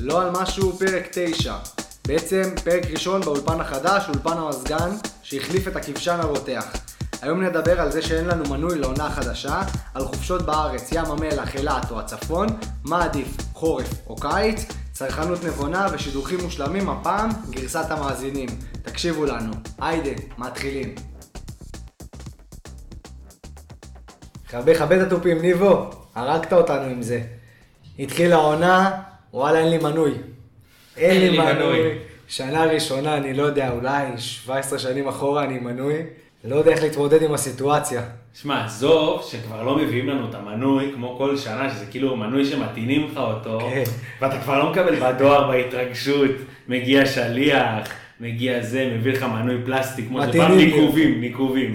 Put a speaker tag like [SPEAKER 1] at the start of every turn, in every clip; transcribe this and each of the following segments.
[SPEAKER 1] לא על משהו, פרק 9. בעצם פרק ראשון באולפן החדש, אולפן המזגן, שהחליף את הכבשן הרותח. היום נדבר על זה שאין לנו מנוי לעונה חדשה, על חופשות בארץ, ים המלח, אילת או הצפון, מה עדיף, חורף או קיץ, צרכנות נבונה ושידוכים מושלמים, הפעם גרסת המאזינים. תקשיבו לנו. היידה, מתחילים. חבא חבא את התופים, ניבו, הרגת אותנו עם זה. התחילה העונה, וואלה אין לי מנוי. אין לי מנוי. שנה ראשונה, אני לא יודע, אולי 17 שנים אחורה אני מנוי. לא יודע איך להתמודד עם הסיטואציה.
[SPEAKER 2] שמע, עזוב שכבר לא מביאים לנו את המנוי כמו כל שנה, שזה כאילו מנוי שמטעינים לך אותו,
[SPEAKER 1] כן.
[SPEAKER 2] ואתה כבר לא מקבל בדואר בהתרגשות, מגיע שליח, מגיע זה, מביא לך מנוי פלסטיק, כמו שפעם
[SPEAKER 1] מטעינים.
[SPEAKER 2] ניקובים, ניקובים.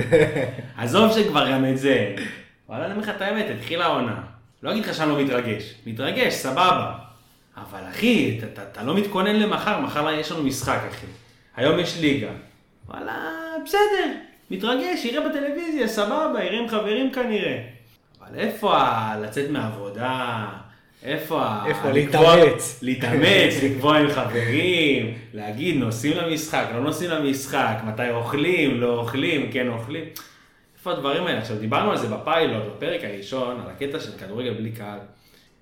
[SPEAKER 2] עזוב שכבר גם את זה. אין. וואלה, אני אומר לך את האמת, התחילה העונה. לא אגיד לך שאני לא מתרגש, מתרגש, סבבה. אבל אחי, אתה- אתה- אתה לא מתכונן למחר, מחר יש לנו משחק, אחי. היום יש ליגה. וואלה, בסדר, מתרגש, יראה בטלוויזיה, סבבה, יראה עם חברים כנראה. אבל איפה ה... לצאת מהעבודה? איפה ה...
[SPEAKER 1] איפה
[SPEAKER 2] לקבוע-
[SPEAKER 1] להתאמץ?
[SPEAKER 2] להתאמץ, לקבוע עם חברים, להגיד נוסעים למשחק, לא נוסעים למשחק, מתי אוכלים, לא אוכלים, כן אוכלים. איפה הדברים האלה? עכשיו, דיברנו על זה בפיילוט, בפרק הראשון, על הקטע של כדורגל בלי קהל.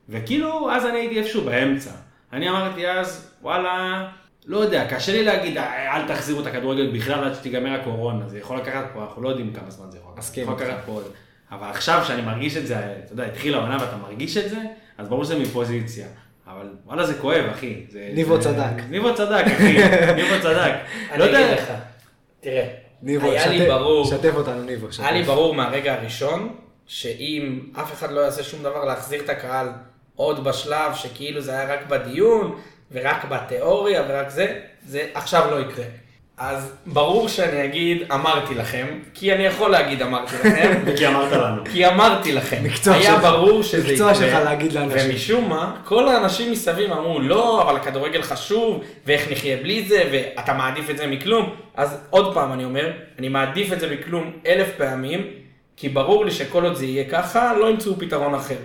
[SPEAKER 2] וכאילו, אז אני הייתי איפשהו באמצע. אני אמרתי אז, וואלה, לא יודע, קשה לי להגיד, "אה, אל תחזירו את הכדורגל בכלל עד שתיגמר הקורונה. זה יכול לקחת פה, אנחנו לא יודעים כמה זמן זה יכול לקחת.
[SPEAKER 3] כן,
[SPEAKER 1] מסכים
[SPEAKER 2] יכול
[SPEAKER 1] איתך.
[SPEAKER 2] לקחת פה עוד. אבל עכשיו שאני מרגיש את זה, אתה יודע, התחילה העונה ואתה מרגיש את זה, אז ברור שזה מפוזיציה. אבל וואלה זה כואב, אחי. זה-
[SPEAKER 1] ניבו
[SPEAKER 2] זה-
[SPEAKER 1] צדק.
[SPEAKER 2] ניבו צדק, אחי. ניבו צדק.
[SPEAKER 3] אני
[SPEAKER 2] לא יודע,
[SPEAKER 3] אגיד לך, תראה,
[SPEAKER 1] ניבו,
[SPEAKER 3] היה לי
[SPEAKER 1] שתף-
[SPEAKER 3] ברור,
[SPEAKER 1] שתף אותנו, ניבו. שתף.
[SPEAKER 3] היה לי ברור מהרגע הראשון, שאם אף אחד לא יעשה שום דבר להחזיר את הקהל עוד בשלב, שכאילו זה היה רק בדיון, ורק בתיאוריה, ורק זה, זה עכשיו לא יקרה. אז ברור שאני אגיד, אמרתי לכם, כי אני יכול להגיד אמרתי לכם,
[SPEAKER 2] כי אמרת לנו.
[SPEAKER 3] כי אמרתי לכם,
[SPEAKER 1] מקצוע
[SPEAKER 3] היה
[SPEAKER 1] שלך.
[SPEAKER 3] ברור שזה
[SPEAKER 1] מקצוע שלך להגיד לאנשים.
[SPEAKER 3] ומשום מה, כל האנשים מסביב אמרו, לא, אבל הכדורגל חשוב, ואיך נחיה בלי זה, ואתה מעדיף את זה מכלום. אז עוד פעם אני אומר, אני מעדיף את זה מכלום אלף פעמים, כי ברור לי שכל עוד זה יהיה ככה, לא ימצאו פתרון אחר.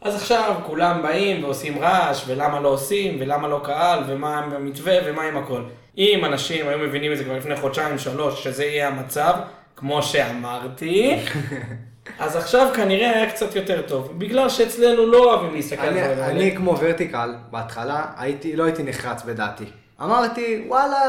[SPEAKER 3] אז עכשיו כולם באים ועושים רעש, ולמה לא עושים, ולמה לא קהל, ומה עם המתווה, ומה עם הכל. אם אנשים היו מבינים את זה כבר לפני חודשיים, שלוש, שזה יהיה המצב, כמו שאמרתי, אז עכשיו כנראה היה קצת יותר טוב, בגלל שאצלנו לא אוהבים להסתכל על
[SPEAKER 1] אני,
[SPEAKER 3] דברים האלה.
[SPEAKER 1] אני כמו ורטיקל, בהתחלה הייתי, לא הייתי נחרץ בדעתי. אמרתי, וואלה,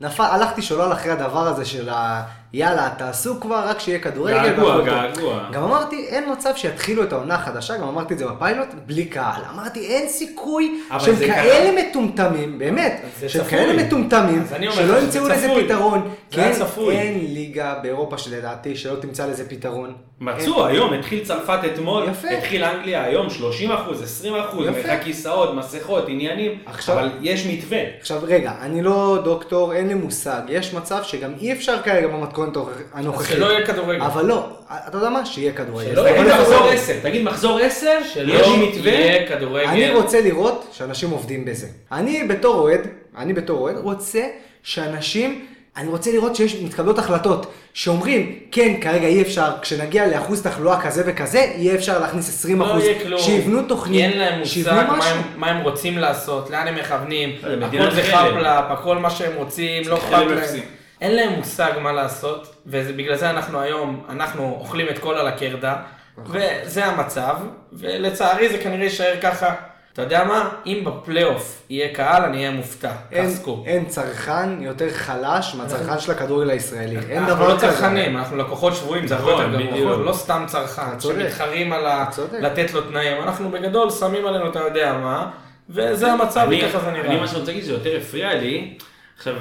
[SPEAKER 1] נפל, הלכתי שולל אחרי הדבר הזה של ה... יאללה, תעשו כבר, רק שיהיה כדורגל.
[SPEAKER 2] געגוע,
[SPEAKER 1] והכל טוב."
[SPEAKER 2] געגוע.
[SPEAKER 1] גם אמרתי, אין מצב שיתחילו את העונה החדשה, גם אמרתי את זה בפיילוט, בלי קהל. אמרתי, אין סיכוי
[SPEAKER 2] אבל
[SPEAKER 1] שהם
[SPEAKER 2] זה
[SPEAKER 1] כאלה מטומטמים, באמת,
[SPEAKER 3] זה
[SPEAKER 1] שהם
[SPEAKER 3] צפוי.
[SPEAKER 1] כאלה מטומטמים,
[SPEAKER 3] אז אני אומר
[SPEAKER 1] שלא
[SPEAKER 3] לך, זה
[SPEAKER 1] ימצאו לזה
[SPEAKER 3] צפוי.
[SPEAKER 1] פתרון.
[SPEAKER 3] זה היה
[SPEAKER 1] כן,
[SPEAKER 3] צפוי.
[SPEAKER 1] אין ליגה באירופה שלדעתי שלא תמצא לזה פתרון.
[SPEAKER 2] מצאו היום, התחיל צרפת אתמול,
[SPEAKER 1] יפה.
[SPEAKER 2] התחיל אנגליה היום 30 אחוז, 20 אחוז,
[SPEAKER 1] יפה.
[SPEAKER 2] מרחק כיסאות, מסכות, עניינים,
[SPEAKER 1] עכשיו-
[SPEAKER 2] אבל יש מתווה.
[SPEAKER 1] עכשיו רגע, אני לא דוקטור, אין לי מושג, יש מצב שגם אי אפשר כרגע במתכונת הנוכחית.
[SPEAKER 3] שלא יהיה כדורגל.
[SPEAKER 1] אבל לא, אתה יודע מה? שיהיה כדורגל.
[SPEAKER 3] שלא
[SPEAKER 1] אבל
[SPEAKER 3] יהיה
[SPEAKER 2] תגיד
[SPEAKER 1] אני
[SPEAKER 3] כדורגל.
[SPEAKER 2] לא, מחזור
[SPEAKER 3] אבל-
[SPEAKER 2] 10, תגיד מחזור 10,
[SPEAKER 3] שלא
[SPEAKER 2] יש מתווה,
[SPEAKER 3] לא יהיה כדורגל.
[SPEAKER 1] אני רוצה לראות שאנשים עובדים בזה. אני בתור אוהד, אני בתור אוהד רוצה שאנשים, אני רוצה לראות שיש מתקבלות החלטות שאומרים, כן, כרגע אי אפשר, כשנגיע לאחוז תחלואה כזה וכזה, יהיה אפשר להכניס 20
[SPEAKER 3] לא
[SPEAKER 1] אחוז.
[SPEAKER 3] יהיה כלום.
[SPEAKER 1] שיבנו תוכנית,
[SPEAKER 3] אין להם
[SPEAKER 1] שיבנו
[SPEAKER 3] מושג מה
[SPEAKER 1] משהו.
[SPEAKER 3] הם- מה הם רוצים לעשות, לאן הם מכוונים,
[SPEAKER 2] לא יודע, מדינת
[SPEAKER 3] הכל זה
[SPEAKER 2] חלם.
[SPEAKER 3] חפלאפ, הכל מה שהם רוצים, לא אכפת
[SPEAKER 2] חלם
[SPEAKER 3] להם.
[SPEAKER 2] אפסי.
[SPEAKER 3] אין להם מושג מה לעשות, ובגלל זה אנחנו היום, אנחנו אוכלים את כל על הקרדה, וזה המצב, ולצערי זה כנראה יישאר ככה. אתה יודע מה? אם בפלייאוף יהיה קהל, אני אהיה מופתע.
[SPEAKER 1] אין,
[SPEAKER 3] תעסקו.
[SPEAKER 1] אין צרכן יותר חלש מהצרכן של הכדורגל הישראלי. אין
[SPEAKER 3] נכון. אנחנו
[SPEAKER 1] דבר
[SPEAKER 3] לא
[SPEAKER 1] כזה.
[SPEAKER 3] צרכנים, אנחנו לקוחות שבויים, זה הרבה
[SPEAKER 2] נכון,
[SPEAKER 3] יותר גרוע,
[SPEAKER 2] בדיוק.
[SPEAKER 3] אנחנו לא סתם
[SPEAKER 1] אתה
[SPEAKER 3] צרכן,
[SPEAKER 1] צודק.
[SPEAKER 3] שמתחרים על ה...
[SPEAKER 1] אתה צודק.
[SPEAKER 3] לתת לו תנאים, אנחנו בגדול שמים עלינו אתה יודע מה, וזה המצב
[SPEAKER 2] אני-
[SPEAKER 3] וככה זה
[SPEAKER 2] אני
[SPEAKER 3] נראה.
[SPEAKER 2] מה שאני רוצה להגיד שזה יותר הפריע לי, עכשיו,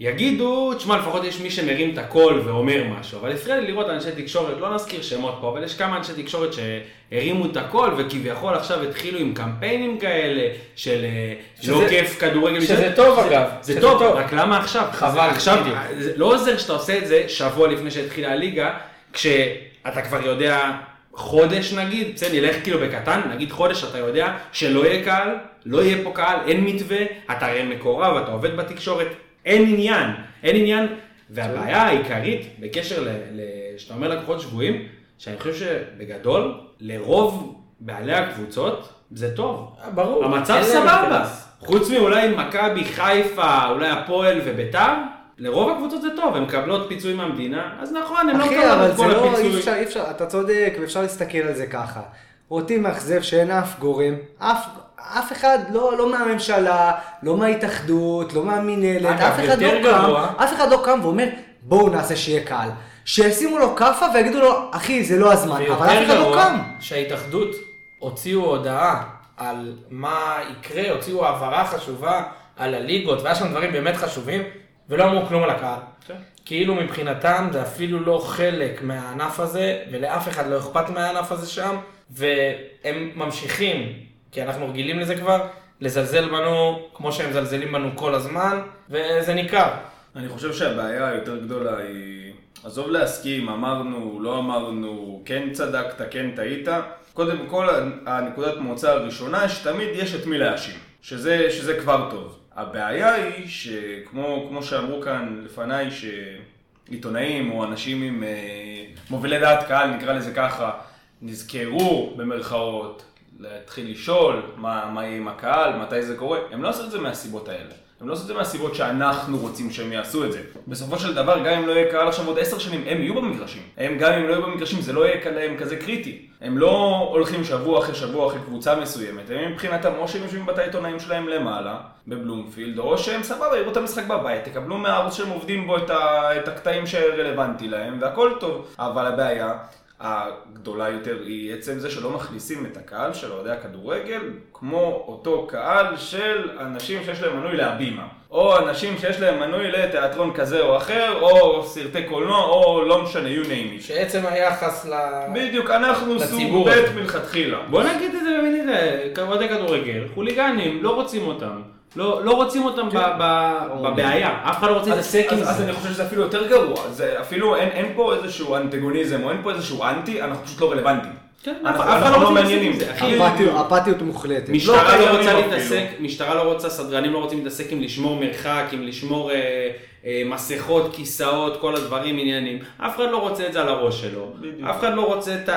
[SPEAKER 2] יגידו, תשמע, לפחות יש מי שמרים את הקול ואומר משהו, אבל הפריע לי לראות אנשי תקשורת, לא נזכיר שמות פה, אבל יש כמה אנשי תקשורת שהרימו את הקול, וכביכול עכשיו התחילו עם קמפיינים כאלה, של אה,
[SPEAKER 3] שזה-
[SPEAKER 2] לא כיף כדורגל.
[SPEAKER 3] שזה
[SPEAKER 2] וזה-
[SPEAKER 3] טוב,
[SPEAKER 2] זה-
[SPEAKER 3] אגב.
[SPEAKER 2] זה
[SPEAKER 3] שזה
[SPEAKER 2] טוב,
[SPEAKER 3] טוב.
[SPEAKER 2] לא, רק למה עכשיו?
[SPEAKER 3] חבל,
[SPEAKER 2] עכשיו,
[SPEAKER 3] בדיוק.
[SPEAKER 2] זה לא עוזר שאתה עושה את זה שבוע לפני שהתחילה הליגה, כשאתה כבר יודע חודש נגיד, בסדר, נלך כאילו בקטן, נגיד חודש אתה יודע שלא יהיה קהל, לא יהיה פה קהל, אין מתווה, אתה הרי מקורב, אתה עובד בתקשורת, אין עניין, אין עניין. והבעיה העיקרית בקשר ל... ל- שאתה אומר לקוחות שבויים, שאני חושב שבגדול, לרוב בעלי הקבוצות זה טוב.
[SPEAKER 3] ברור.
[SPEAKER 2] המצב
[SPEAKER 3] אין להם
[SPEAKER 2] סבבה.
[SPEAKER 3] אינטרס.
[SPEAKER 2] חוץ מאולי מכבי חיפה, אולי הפועל וביתר, לרוב הקבוצות זה טוב, הן מקבלות פיצוי מהמדינה, אז נכון, הן לא
[SPEAKER 1] אחי,
[SPEAKER 2] מקבלות
[SPEAKER 1] אבל
[SPEAKER 2] את
[SPEAKER 1] זה
[SPEAKER 2] כל
[SPEAKER 1] לא, אי
[SPEAKER 2] הפיצוי.
[SPEAKER 1] אפשר, אי אפשר, אתה צודק, ואפשר להסתכל על זה ככה. אותי מאכזב שאין אף גורם, אף... אף אחד, לא, לא מהממשלה, לא מההתאחדות, לא מהמינהלת,
[SPEAKER 3] אגב,
[SPEAKER 1] אף אחד לא
[SPEAKER 3] יותר
[SPEAKER 1] קם,
[SPEAKER 3] גרוע.
[SPEAKER 1] אף אחד לא קם ואומר, בואו נעשה שיהיה קל. שישימו לו כאפה ויגידו לו, אחי, זה לא הזמן, אבל אף אחד לא קם.
[SPEAKER 3] שההתאחדות הוציאו הודעה על מה יקרה, הוציאו העברה חשובה על הליגות, והיה שם דברים באמת חשובים, ולא אמרו כלום על הקהל.
[SPEAKER 2] כן.
[SPEAKER 3] כאילו מבחינתם זה אפילו לא חלק מהענף הזה, ולאף אחד לא אכפת מהענף הזה שם, והם ממשיכים, כי אנחנו רגילים לזה כבר, לזלזל בנו כמו שהם מזלזלים בנו כל הזמן, וזה ניכר.
[SPEAKER 4] אני חושב שהבעיה היותר גדולה היא, עזוב להסכים, אמרנו, לא אמרנו, כן צדקת, כן טעית. קודם כל, הנקודת מוצא הראשונה, שתמיד יש את מי להאשים, שזה, שזה כבר טוב. הבעיה היא שכמו כמו שאמרו כאן לפניי, שעיתונאים או אנשים עם אה, מובילי דעת קהל, נקרא לזה ככה, נזכרו במרכאות להתחיל לשאול מה, מה יהיה עם הקהל, מתי זה קורה, הם לא עשו את זה מהסיבות האלה. הם לא עשו את זה מהסיבות שאנחנו רוצים שהם יעשו את זה. בסופו של דבר, גם אם לא יהיה קהל עכשיו עוד עשר שנים, הם יהיו במגרשים. הם, גם אם לא יהיו במגרשים, זה לא יהיה כ- להם כזה קריטי. הם לא הולכים שבוע אחרי שבוע אחרי קבוצה מסוימת, הם מבחינתם או שהם יושבים בתא העיתונאים שלהם למעלה, בבלומפילד, או שהם סבבה, יראו את המשחק בבית, תקבלו מהערוץ שהם עובדים בו את, ה... את הקטעים שרלוונטי להם, והכל טוב. אבל הבעיה, הגדולה יותר היא עצם זה שלא מכניסים את הקהל של אוהדי הכדורגל כמו אותו קהל של אנשים שיש להם מנוי להבימה. או אנשים שיש להם מנוי לתיאטרון כזה או אחר, או סרטי קולנוע, או לא משנה, you name it.
[SPEAKER 3] שעצם היחס ל...
[SPEAKER 4] בדיוק, אנחנו סוג
[SPEAKER 3] לציבור
[SPEAKER 4] ב'
[SPEAKER 3] הזה.
[SPEAKER 4] מלכתחילה.
[SPEAKER 2] בוא נגיד את זה במילים, אוהדי כדורגל, חוליגנים, לא רוצים אותם. לא, לא רוצים אותם ב, ב, בבעיה, אף אחד לא רוצה להתעסק עם
[SPEAKER 4] כן. אז, אז
[SPEAKER 2] זה.
[SPEAKER 4] אני חושב שזה אפילו יותר גרוע, זה אפילו אין, אין פה איזשהו אנטגוניזם או אין פה איזשהו אנטי, אנחנו פשוט לא רלוונטיים.
[SPEAKER 2] כן, אף-
[SPEAKER 4] אנחנו-
[SPEAKER 2] אף אחד לא
[SPEAKER 4] אנחנו
[SPEAKER 2] רוצה להתעסק
[SPEAKER 4] מעניינים.
[SPEAKER 2] עם זה, אחי.
[SPEAKER 3] כאילו-
[SPEAKER 1] אפתיות- אפתיות מוחלטת.
[SPEAKER 2] משטרה
[SPEAKER 4] לא
[SPEAKER 2] לא רוצה
[SPEAKER 4] קיימים
[SPEAKER 2] להתעסק, משטרה לא רוצה, סדרנים לא רוצים להתעסק עם לשמור מרחק, עם לשמור אה, אה, מסכות, כיסאות, כל הדברים, עניינים. אף אחד לא רוצה את זה על הראש שלו.
[SPEAKER 4] בדיוק.
[SPEAKER 2] אף אחד לא רוצה את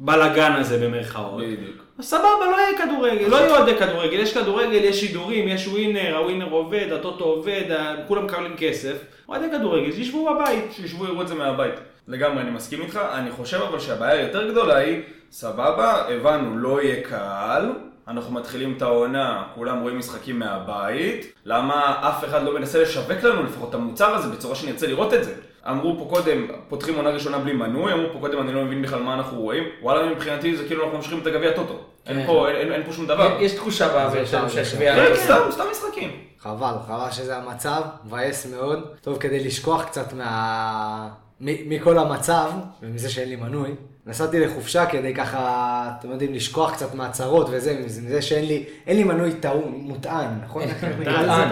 [SPEAKER 2] הבלגן הזה במרכאות.
[SPEAKER 4] בדיוק.
[SPEAKER 2] אז סבבה, לא יהיה כדורגל, לא יהיו אוהדי כדורגל, יש כדורגל, יש שידורים, יש ווינר, הווינר עובד, הטוטו עובד, ה- כולם מקבלים כסף. אוהדי כדורגל, שישבו בבית.
[SPEAKER 4] שישבו יראו את זה מהבית. לגמרי, אני מסכים איתך. אני חושב אבל שהבעיה היותר גדולה היא, סבבה, הבנו, לא יהיה קהל, אנחנו מתחילים את העונה, כולם רואים משחקים מהבית, למה אף אחד לא מנסה לשווק לנו לפחות את המוצר הזה בצורה שנרצה לראות את זה? אמרו פה קודם, פותחים עונה ראשונה בלי מנוי, אמרו פה קודם, אני לא מבין בכלל מה אנחנו רואים, וואלה מבחינתי זה כאילו אנחנו ממשיכים את הגביע טוטו. אין
[SPEAKER 3] כן.
[SPEAKER 4] פה- אין- אין- אין פה שום דבר.
[SPEAKER 3] יש תחושה באוויר
[SPEAKER 1] זה
[SPEAKER 3] שם
[SPEAKER 1] שם,
[SPEAKER 3] שהשביעה...
[SPEAKER 4] כן, סתם, סתם משחקים.
[SPEAKER 1] חבל, חבל שזה המצב, מבאס מאוד. טוב, כדי לשכוח קצת מה... מ- מכל המצב, ומזה שאין לי מנוי, נסעתי לחופשה כדי ככה, אתם יודעים, לשכוח קצת מהצרות וזה, מזה שאין לי, אין לי מנוי טעון, מוטען, נכון?
[SPEAKER 2] מוטען.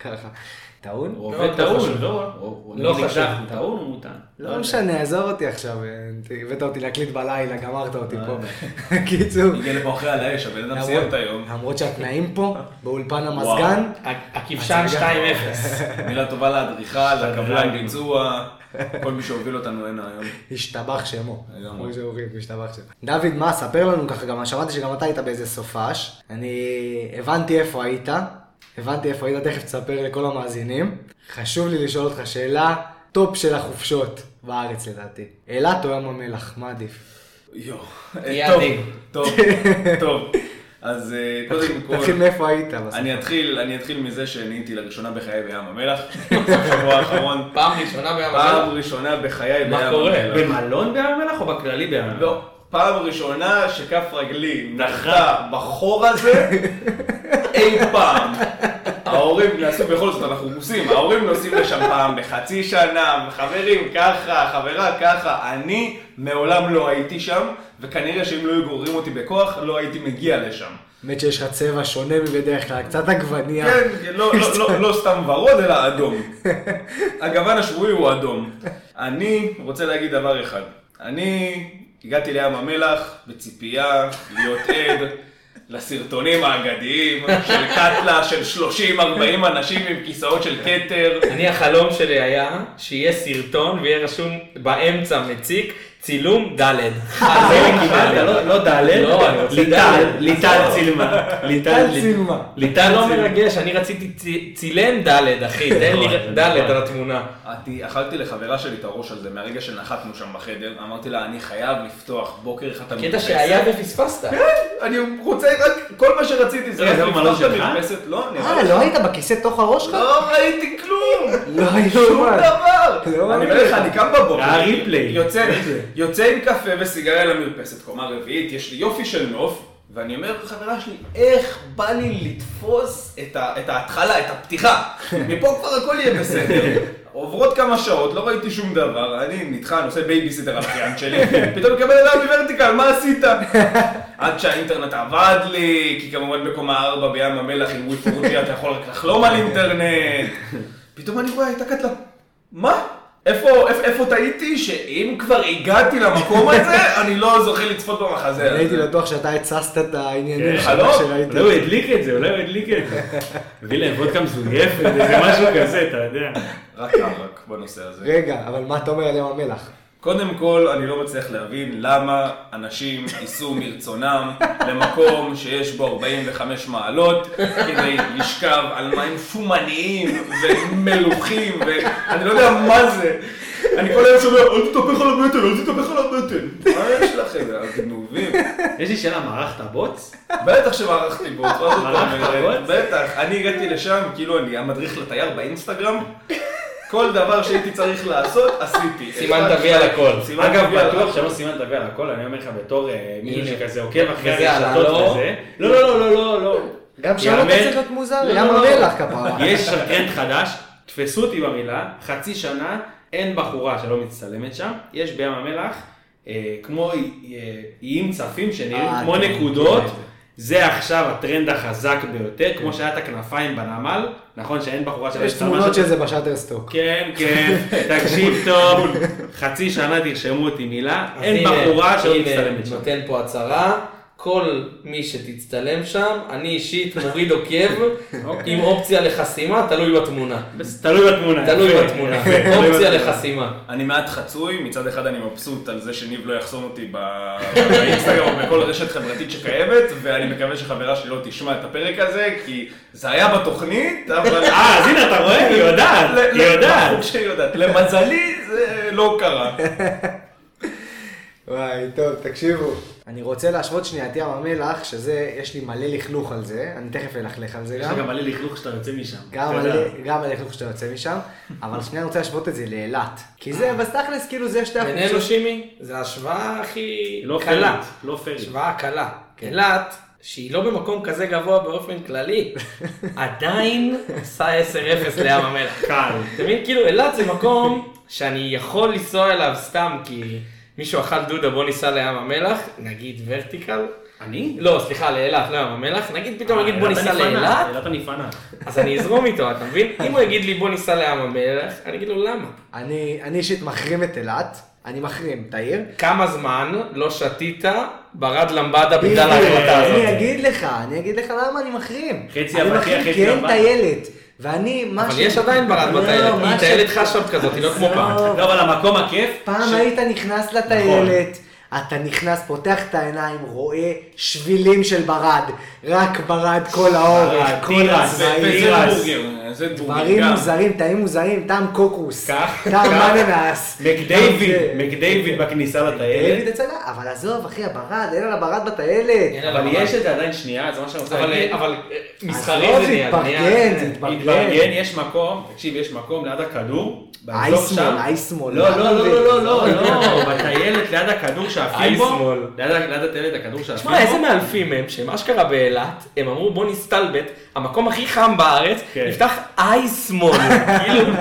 [SPEAKER 1] ככה. טעון?
[SPEAKER 2] עובד טעון, לא?
[SPEAKER 3] לא
[SPEAKER 2] נגיד
[SPEAKER 3] חשוב.
[SPEAKER 2] אקדח, טעון הוא מותן.
[SPEAKER 1] לא משנה, עזוב אותי עכשיו, הבאת אותי להקליט בלילה, גמרת אותי פה. קיצור,
[SPEAKER 4] הגיע לפה אחרי על האש, הבן אדם סיים את היום.
[SPEAKER 1] למרות שהתנאים פה, באולפן המזגן,
[SPEAKER 3] הכבשן 2-0.
[SPEAKER 4] מילה טובה לאדריכל, לקבלן
[SPEAKER 2] שדרן.
[SPEAKER 4] ביצוע, כל מי שהוביל אותנו הנה היום.
[SPEAKER 1] השתבח שמו.
[SPEAKER 4] לגמרי.
[SPEAKER 1] כמו שאומרים, השתבח שמו. דוד, מה, ספר לנו ככה, גם שמעתי שגם אתה היית באיזה סופש. אני הבנתי איפה היית, הבנתי איפה היית, תכף תספר לכל המאזינים. חשוב לי לשאול אותך שאלה, טופ של החופשות בארץ לדעתי. אילת או ים המלח, מה עדיף?
[SPEAKER 4] יואו.
[SPEAKER 3] יהיה
[SPEAKER 4] טוב,
[SPEAKER 3] עדין.
[SPEAKER 4] טוב, טוב. אז אה, קודם כל,
[SPEAKER 1] תתחיל מאיפה היית בסוף.
[SPEAKER 4] אני אתחיל, אני אתחיל מזה שנהייתי לראשונה בחיי בים המלח, בשבוע האחרון.
[SPEAKER 3] פעם ראשונה בים
[SPEAKER 4] פעם
[SPEAKER 3] המלח.
[SPEAKER 4] ראשונה בחיי בים
[SPEAKER 3] מה
[SPEAKER 4] המלח.
[SPEAKER 3] קורה?
[SPEAKER 2] במלון בים המלח או בכללי בים המלח?
[SPEAKER 4] לא, פעם ראשונה שכף רגלי נחה בחור הזה אי פעם. ההורים נעשו בכל זאת, אנחנו רוסים, ההורים נוסעים לשם פעם בחצי שנה, חברים ככה, חברה ככה, אני מעולם לא הייתי שם, וכנראה שאם לא היו גוררים אותי בכוח, לא הייתי מגיע לשם.
[SPEAKER 1] האמת שיש לך צבע שונה מבדרך כלל, קצת עגבניה.
[SPEAKER 4] כן, לא, לא, לא, לא סתם ורוד, אלא אדום. הגוון השבועי הוא אדום. אני רוצה להגיד דבר אחד. אני הגעתי לים המלח בציפייה להיות עד לסרטונים האגדיים של קטלה של 30-40 אנשים עם כיסאות של כתר.
[SPEAKER 3] אני החלום שלי היה שיהיה סרטון ויהיה רשום באמצע מציק, צילום ד'.
[SPEAKER 2] אה, זה קיבלת, לא- לא ד',
[SPEAKER 3] לא, אני רוצה
[SPEAKER 2] ליטל,
[SPEAKER 3] ד'.
[SPEAKER 2] ליטל צילמה. ליטל
[SPEAKER 1] טל צילמה.
[SPEAKER 3] ליטל לא
[SPEAKER 2] צילמה.
[SPEAKER 3] מרגש, אני רציתי צי- צילם ד', אחי, תן לי
[SPEAKER 2] נכון,
[SPEAKER 3] ד' על
[SPEAKER 2] נכון.
[SPEAKER 3] התמונה.
[SPEAKER 4] אני אכלתי לחברה שלי את הראש על זה מהרגע שנחתנו שם בחדר, אמרתי לה, אני חייב לפתוח בוקר אחד את
[SPEAKER 3] קטע שהיה ופספסת.
[SPEAKER 4] אני רוצה רק, כל מה שרציתי זה
[SPEAKER 2] רגע,
[SPEAKER 4] רק
[SPEAKER 2] זה במלון
[SPEAKER 4] לפתוח את
[SPEAKER 2] שלך?
[SPEAKER 4] המרפסת, לא, נראה
[SPEAKER 1] אה,
[SPEAKER 4] לי.
[SPEAKER 1] לא היית בכיסא תוך הראש שלך?
[SPEAKER 4] לא ראיתי כלום!
[SPEAKER 1] לא היית
[SPEAKER 4] שום
[SPEAKER 1] אומן.
[SPEAKER 4] דבר!
[SPEAKER 1] לא
[SPEAKER 4] אני
[SPEAKER 1] מאמין
[SPEAKER 4] אומר לך,
[SPEAKER 1] לך.
[SPEAKER 4] אני קם בבוקר,
[SPEAKER 2] היה ריפליי.
[SPEAKER 4] יוצא- יוצא עם קפה וסיגריה למרפסת, קומה רביעית, יש לי יופי של נוף, ואני אומר לחברה שלי, איך בא לי לתפוס את ה- את ההתחלה, את הפתיחה? מפה כבר הכל יהיה בסדר. עוברות כמה שעות, לא ראיתי שום דבר, אני נדחן, עושה בייביסיטר על אחיין שלי, פתאום מקבל אליו מוורטיקל, מה עשית? עד שהאינטרנט עבד לי, כי כמובן בקומה 4 בים המלח עם וויפור ג'י אתה יכול רק לחלום על אינטרנט. פתאום אני רואה, הייתה קטלה. מה? איפה, איפה, איפה טעיתי שאם כבר הגעתי למקום הזה, אני לא זוכה לצפות במחזה הזה.
[SPEAKER 1] אני הייתי בטוח שאתה התססת את העניינים
[SPEAKER 2] כן,
[SPEAKER 1] שלך
[SPEAKER 4] חלום.
[SPEAKER 1] שראיתי.
[SPEAKER 2] אולי הוא הדליק את זה, אולי הוא הדליק את זה. הביא להם וודקה מזויפת, איזה משהו כזה, אתה יודע.
[SPEAKER 4] רק ערק בנושא הזה.
[SPEAKER 1] רגע, אבל מה אתה אומר על ים המלח?
[SPEAKER 4] קודם כל, אני לא מצליח להבין למה אנשים ייסעו מרצונם למקום שיש בו 45 מעלות כדי לשכב על מים שומניים ומלוכים, ואני לא יודע מה זה. אני כל היום שומע, אל תתהפך על הבטן, אל תתהפך על הבטן. מה יש לכם, הגנובים?
[SPEAKER 2] יש לי שאלה, מערכת הבוץ?
[SPEAKER 4] בטח שמערכתי בו, עוד פעם,
[SPEAKER 2] מערכת בוץ?
[SPEAKER 4] בטח. אני הגעתי לשם, כאילו אני המדריך לתייר באינסטגרם. כל דבר שהייתי צריך לעשות, עשיתי.
[SPEAKER 3] סימן תביא על הכל.
[SPEAKER 4] סימן תביא על
[SPEAKER 2] אגב,
[SPEAKER 4] הכל.
[SPEAKER 2] בטוח שלא סימנת ו על הכל, אני אומר לך בתור אה, מישהו
[SPEAKER 3] הנה.
[SPEAKER 2] שכזה עוקב אחרי
[SPEAKER 3] וזה עלה לו.
[SPEAKER 2] הרשתות וזה. לא, לא, לא, לא, לא.
[SPEAKER 1] גם שם אתה
[SPEAKER 2] יאמן.
[SPEAKER 1] צריך להיות מוזר,
[SPEAKER 2] לא,
[SPEAKER 1] ים
[SPEAKER 2] לא, לא.
[SPEAKER 1] המלח כפרה.
[SPEAKER 2] יש עכשיו טרנד חדש, תפסו אותי במילה, חצי שנה, אין בחורה שלא מצטלמת שם, יש בים המלח, אה, כמו אה, איים צפים שנראים
[SPEAKER 1] אה,
[SPEAKER 2] כמו
[SPEAKER 1] אני
[SPEAKER 2] נקודות,
[SPEAKER 1] מכיר את זה.
[SPEAKER 2] זה עכשיו הטרנד החזק ביותר, כמו שהיה את הכנפיים בנמל, נכון שאין בחורה
[SPEAKER 3] אה,
[SPEAKER 2] שלא
[SPEAKER 1] יש
[SPEAKER 2] מצטלמת
[SPEAKER 1] תמונות
[SPEAKER 2] שם?
[SPEAKER 1] של זה בשאטרסטוק.
[SPEAKER 2] כן, כן, תקשיב טוב, חצי שנה תרשמו אותי מילה,
[SPEAKER 3] אז
[SPEAKER 2] אין
[SPEAKER 3] הנה,
[SPEAKER 2] בחורה שלא
[SPEAKER 3] הנה,
[SPEAKER 2] מצטלמת שם.
[SPEAKER 3] נותן פה הצהרה, כל מי שתצטלם שם, אני אישית מוריד עוקב
[SPEAKER 2] אוקיי.
[SPEAKER 3] עם אופציה לחסימה, תלוי בתמונה.
[SPEAKER 2] בס- תלוי בתמונה.
[SPEAKER 3] תלוי
[SPEAKER 2] יפה,
[SPEAKER 3] בתמונה,
[SPEAKER 2] יפה, תלוי בתמונה.
[SPEAKER 3] אופציה לחסימה.
[SPEAKER 4] אני מעט חצוי, מצד אחד אני מבסוט על זה שניב לא יחסום אותי ב- באינסטגרם או בכל רשת חברתית שקיימת, ואני מקווה שחברה שלי לא תשמע את הפרק הזה, כי זה היה בתוכנית, אבל...
[SPEAKER 2] אה, אז הנה, אתה רואה? היא יודעת,
[SPEAKER 4] ל-
[SPEAKER 2] היא
[SPEAKER 4] ל-
[SPEAKER 2] יודעת.
[SPEAKER 4] ברור שהיא יודעת. למזלי זה לא קרה.
[SPEAKER 1] וואי, טוב, תקשיבו. אני רוצה להשוות שנייה את ים המלח, שזה, יש לי מלא לכלוך על זה, אני תכף אלכלך על זה
[SPEAKER 2] יש
[SPEAKER 1] גם.
[SPEAKER 2] לך גם מלא לכלוך שאתה יוצא משם.
[SPEAKER 1] גם
[SPEAKER 2] אתה
[SPEAKER 1] על-
[SPEAKER 2] יודע.
[SPEAKER 1] גם על הלכלוך שאתה יוצא משם, אבל שנייה אני רוצה להשוות את זה לאילת. כי זה, בתכלס, כאילו זה שתי
[SPEAKER 3] אה. בינינו
[SPEAKER 1] החופשות.
[SPEAKER 3] שימי, זה השוואה הכי
[SPEAKER 2] לא כן.
[SPEAKER 3] קלה.
[SPEAKER 2] פרית, לא פרית.
[SPEAKER 3] השוואה קלה. אילת, שהיא לא במקום כזה גבוה באופן כללי, עדיין עשה 10-0 לים המלח.
[SPEAKER 2] קל.
[SPEAKER 3] אתה מבין? כאילו, אילת זה מקום שאני יכול לנסוע אליו סתם כי מישהו אכל דודה, בוא ניסע לים המלח, נגיד ורטיקל.
[SPEAKER 2] אני?
[SPEAKER 3] לא, סליחה, לאילת, לא ים המלח. נגיד פתאום נגיד בוא
[SPEAKER 2] אה, אילת
[SPEAKER 3] ניסע
[SPEAKER 2] אני פנה,
[SPEAKER 3] לאילת,
[SPEAKER 2] אילת אני פנה.
[SPEAKER 3] אז אני אזרום איתו, אתה מבין? אם הוא יגיד לי בוא ניסע לים המלח, אני אגיד לו למה?
[SPEAKER 1] אני אני אישית מחרים את אילת, אני מחרים את העיר.
[SPEAKER 3] כמה זמן לא שתית ברד למבדה בגלל
[SPEAKER 1] בדיוק.
[SPEAKER 3] ההחלטה
[SPEAKER 1] אני
[SPEAKER 3] הזאת?
[SPEAKER 1] אגיד לך, אני אגיד לך למה אני מחרים.
[SPEAKER 2] חצי
[SPEAKER 1] אני
[SPEAKER 2] אבטיח,
[SPEAKER 1] מחרים
[SPEAKER 2] חצי
[SPEAKER 1] כי אין
[SPEAKER 2] אבק.
[SPEAKER 1] טיילת. ואני, מה
[SPEAKER 3] אבל
[SPEAKER 1] ש-
[SPEAKER 3] יש עדיין ברד
[SPEAKER 1] לא,
[SPEAKER 3] בטיילת,
[SPEAKER 1] מה
[SPEAKER 3] היא
[SPEAKER 1] ש-
[SPEAKER 3] טיילת חשב כזאת, היא לא כמו פעם.
[SPEAKER 1] עזוב.
[SPEAKER 2] לא, אבל המקום הכיף...
[SPEAKER 1] פעם
[SPEAKER 2] ש- נכון.
[SPEAKER 1] היית נכנס לטיילת, אתה נכנס, פותח את העיניים, רואה שבילים של ברד, רק ברד כל
[SPEAKER 2] ברד,
[SPEAKER 1] האורך, כל
[SPEAKER 2] תירס,
[SPEAKER 1] הצבעים.
[SPEAKER 4] וזה
[SPEAKER 2] תירס.
[SPEAKER 4] בורגר, זה בורגר
[SPEAKER 1] דברים
[SPEAKER 4] גם.
[SPEAKER 1] מוזרים, טעים מוזרים, טעם קוקוס,
[SPEAKER 2] כך,
[SPEAKER 1] טעם
[SPEAKER 2] כך.
[SPEAKER 1] מננס.
[SPEAKER 2] מקדייוויד,
[SPEAKER 1] טעם זה.
[SPEAKER 2] מקדייוויד בכניסה
[SPEAKER 1] דיוויד
[SPEAKER 2] לטיילת.
[SPEAKER 1] אצלה, אבל עזוב אחי, הברד, אין על הברד בטיילת.
[SPEAKER 3] אין על
[SPEAKER 2] אבל
[SPEAKER 3] הברד.
[SPEAKER 2] יש את זה עדיין שנייה, זה מה שאני רוצה
[SPEAKER 3] אבל-
[SPEAKER 2] להגיד.
[SPEAKER 3] אבל אה, מסחרי זה נהיה.
[SPEAKER 1] התברגן,
[SPEAKER 3] נהיה-
[SPEAKER 1] זה התברגן.
[SPEAKER 2] התברגן, יש מקום, תקשיב, יש מקום ליד הכדור.
[SPEAKER 1] אייס
[SPEAKER 2] באזור שם.
[SPEAKER 1] מול, אייס מול.
[SPEAKER 2] לא, לא, לא, לא, לא, לא, בטיילת ליד הכדור שאפים
[SPEAKER 3] אייס
[SPEAKER 2] בו.
[SPEAKER 3] מול.
[SPEAKER 2] ליד ה- ליד הטיילת הכדור שאפים בו.
[SPEAKER 3] תשמע, איזה מאלפים הם, שמה שקרה באילת, הם אמרו בוא נסתלבט, המקום הכי חם בארץ,
[SPEAKER 2] כן.
[SPEAKER 3] נפתח אייסמון, כאילו,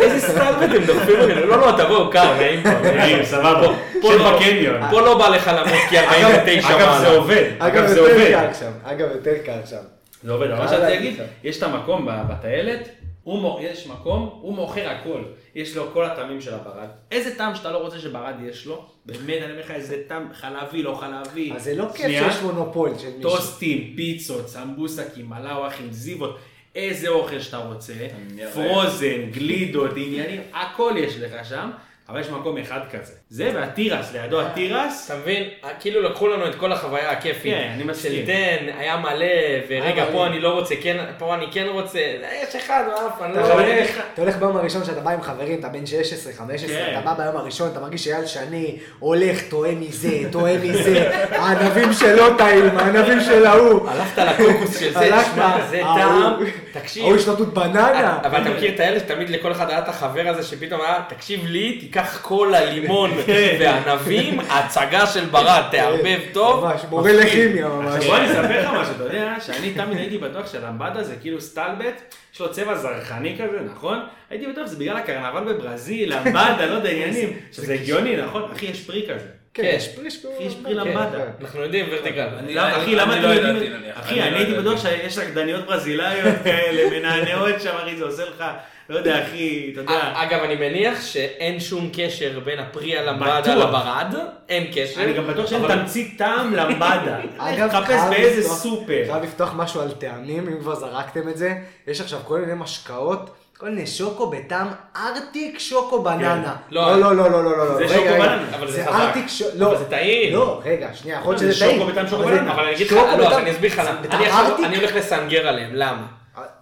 [SPEAKER 3] איזה סתלבט הם דוחפים עלינו, לא, לא, תבואו, קר, נעים פה,
[SPEAKER 2] נעים, סבבה.
[SPEAKER 3] פה, אה, פה
[SPEAKER 2] שב
[SPEAKER 3] לא-
[SPEAKER 2] אה, בקניון.
[SPEAKER 3] פה לא בא לך למות כי 49 מעלה.
[SPEAKER 2] אגב, זה עובד.
[SPEAKER 1] אגב,
[SPEAKER 2] אגב, זה
[SPEAKER 1] יותר
[SPEAKER 2] עובד.
[SPEAKER 1] קר שם, אגב, יותר קר שם.
[SPEAKER 2] זה עובד, אבל מה
[SPEAKER 1] אה,
[SPEAKER 2] שרציתי
[SPEAKER 1] להגיד
[SPEAKER 2] להגיד,
[SPEAKER 1] לך.
[SPEAKER 2] יש את המקום ב- בטיילת, הוא מוכ- יש מקום, הוא מוכר הכל. יש לו כל הטעמים של הברד. איזה טעם שאתה לא רוצה שברד יש לו, באמת, אני אומר לך, איזה טעם חלבי, לא חלבי.
[SPEAKER 1] אז זה לא כיף
[SPEAKER 2] שנייה.
[SPEAKER 1] שיש מונופול של מישהו.
[SPEAKER 2] טוסטים, פיצות, סמבוסקים, מלאווחים, זיבות, איזה אוכל שאתה רוצה,
[SPEAKER 4] אני נהיה רעב.
[SPEAKER 2] פרוזן, גלידות, עניינים, הכל יש לך שם. אבל יש מקום אחד כזה. זה והתירס, לידו התירס.
[SPEAKER 3] אתה מבין? כאילו לקחו לנו את כל החוויה הכיפית.
[SPEAKER 2] כן, אני מסכים.
[SPEAKER 3] של דן, היה מלא,
[SPEAKER 1] היה
[SPEAKER 3] ורגע,
[SPEAKER 1] מלא.
[SPEAKER 3] פה אני לא רוצה, כן, פה אני כן רוצה, יש אחד, הוא עף, אני לא
[SPEAKER 1] אתה
[SPEAKER 3] יודע.
[SPEAKER 1] הולך- אתה הולך ביום הראשון שאתה בא עם חברים, אתה בן 16, 15,
[SPEAKER 2] כן.
[SPEAKER 1] אתה בא ביום הראשון, אתה מרגיש שאייל שני הולך, טועה מזה, טועה מזה, הענבים שלו טעים, הענבים של ההוא.
[SPEAKER 3] הלכת לקוקוס של זה,
[SPEAKER 1] הלכת,
[SPEAKER 3] תשמע, זה
[SPEAKER 1] ההוא-
[SPEAKER 3] טעם, תקשיב.
[SPEAKER 1] ההוא
[SPEAKER 2] לא
[SPEAKER 1] יש לו תות בננה.
[SPEAKER 3] אבל אתה מכיר את האלה שתמיד לכל אחד היה את החבר הזה שפתאום היה, תקשיב לי, תיקח קולה, לימון
[SPEAKER 2] כן.
[SPEAKER 3] וענבים, הצגה של ברד, תערבב טוב.
[SPEAKER 1] כן. ממש, מורה לכימיה ממש.
[SPEAKER 2] עכשיו בוא
[SPEAKER 4] אה,
[SPEAKER 2] אני אספר לך משהו, אתה יודע שאני תמיד הייתי בטוח שהלמבדה זה כאילו סטלבט, יש לו צבע זרחני כזה, נכון? הייתי בטוח שזה בגלל הקרנבל בברזיל, למבדה, לא יודע, עניינים, שזה הגיוני, נכון? אחי, יש פרי כזה.
[SPEAKER 1] כן,
[SPEAKER 3] כן.
[SPEAKER 1] יש פרי, יש פרי.
[SPEAKER 2] יש פרי
[SPEAKER 3] כן,
[SPEAKER 2] למבדה.
[SPEAKER 3] אנחנו יודעים, ורטיקל.
[SPEAKER 2] למה-
[SPEAKER 4] אני-
[SPEAKER 2] אחי, למה
[SPEAKER 4] אני
[SPEAKER 2] אתם
[SPEAKER 4] לא
[SPEAKER 2] יודעים-
[SPEAKER 4] ידעתי, נניח.
[SPEAKER 2] אחי,
[SPEAKER 4] אני
[SPEAKER 2] אני
[SPEAKER 4] לא
[SPEAKER 2] הייתי
[SPEAKER 4] ידעתי.
[SPEAKER 2] בטוח שיש רקדניות ברזילאיות כאלה, מנענעות שם, אחי, זה עושה לך, לא יודע, אחי, אתה יודע.
[SPEAKER 4] אה,
[SPEAKER 3] א- אה, אגב, אני מניח שאין שום קשר בין הפרי הלמבדה
[SPEAKER 2] בטוח.
[SPEAKER 3] לברד, אין
[SPEAKER 4] אה,
[SPEAKER 3] קשר.
[SPEAKER 2] אני גם בטוח שאין
[SPEAKER 3] אבל-
[SPEAKER 2] תמצית טעם למבדה.
[SPEAKER 1] אגב,
[SPEAKER 2] תחפש
[SPEAKER 1] חייב
[SPEAKER 2] באיזה
[SPEAKER 1] לפתוח-
[SPEAKER 2] סופר.
[SPEAKER 1] חייב לפתוח משהו על טעמים, אם כבר זרקתם את זה. יש עכשיו כל מיני משקאות, כל מיני שוקו בטעם ארטיק שוקו בננה.
[SPEAKER 3] כן.
[SPEAKER 1] לא, לא, לא, לא, לא, לא.
[SPEAKER 2] זה
[SPEAKER 1] רגע,
[SPEAKER 2] שוקו
[SPEAKER 1] רגע.
[SPEAKER 2] בננה,
[SPEAKER 3] אבל זה
[SPEAKER 1] זה
[SPEAKER 3] חזק.
[SPEAKER 1] ארטיק שוקו, לא.
[SPEAKER 3] אבל זה טעים.
[SPEAKER 1] לא, רגע, שנייה, יכול להיות
[SPEAKER 2] לא, זה
[SPEAKER 1] שזה טעים.
[SPEAKER 2] שוקו בטעם שוקו
[SPEAKER 1] אבל זה-
[SPEAKER 2] בננה,
[SPEAKER 3] אבל אני אגיד לך,
[SPEAKER 1] שוקו
[SPEAKER 3] לא,
[SPEAKER 1] בטעם-
[SPEAKER 3] אבל אני אסביר לך למה.
[SPEAKER 1] זה
[SPEAKER 3] אני
[SPEAKER 1] בטעם
[SPEAKER 3] עכשיו- אני
[SPEAKER 1] ארטיק?
[SPEAKER 3] הולך לסנגר עליהם, למה?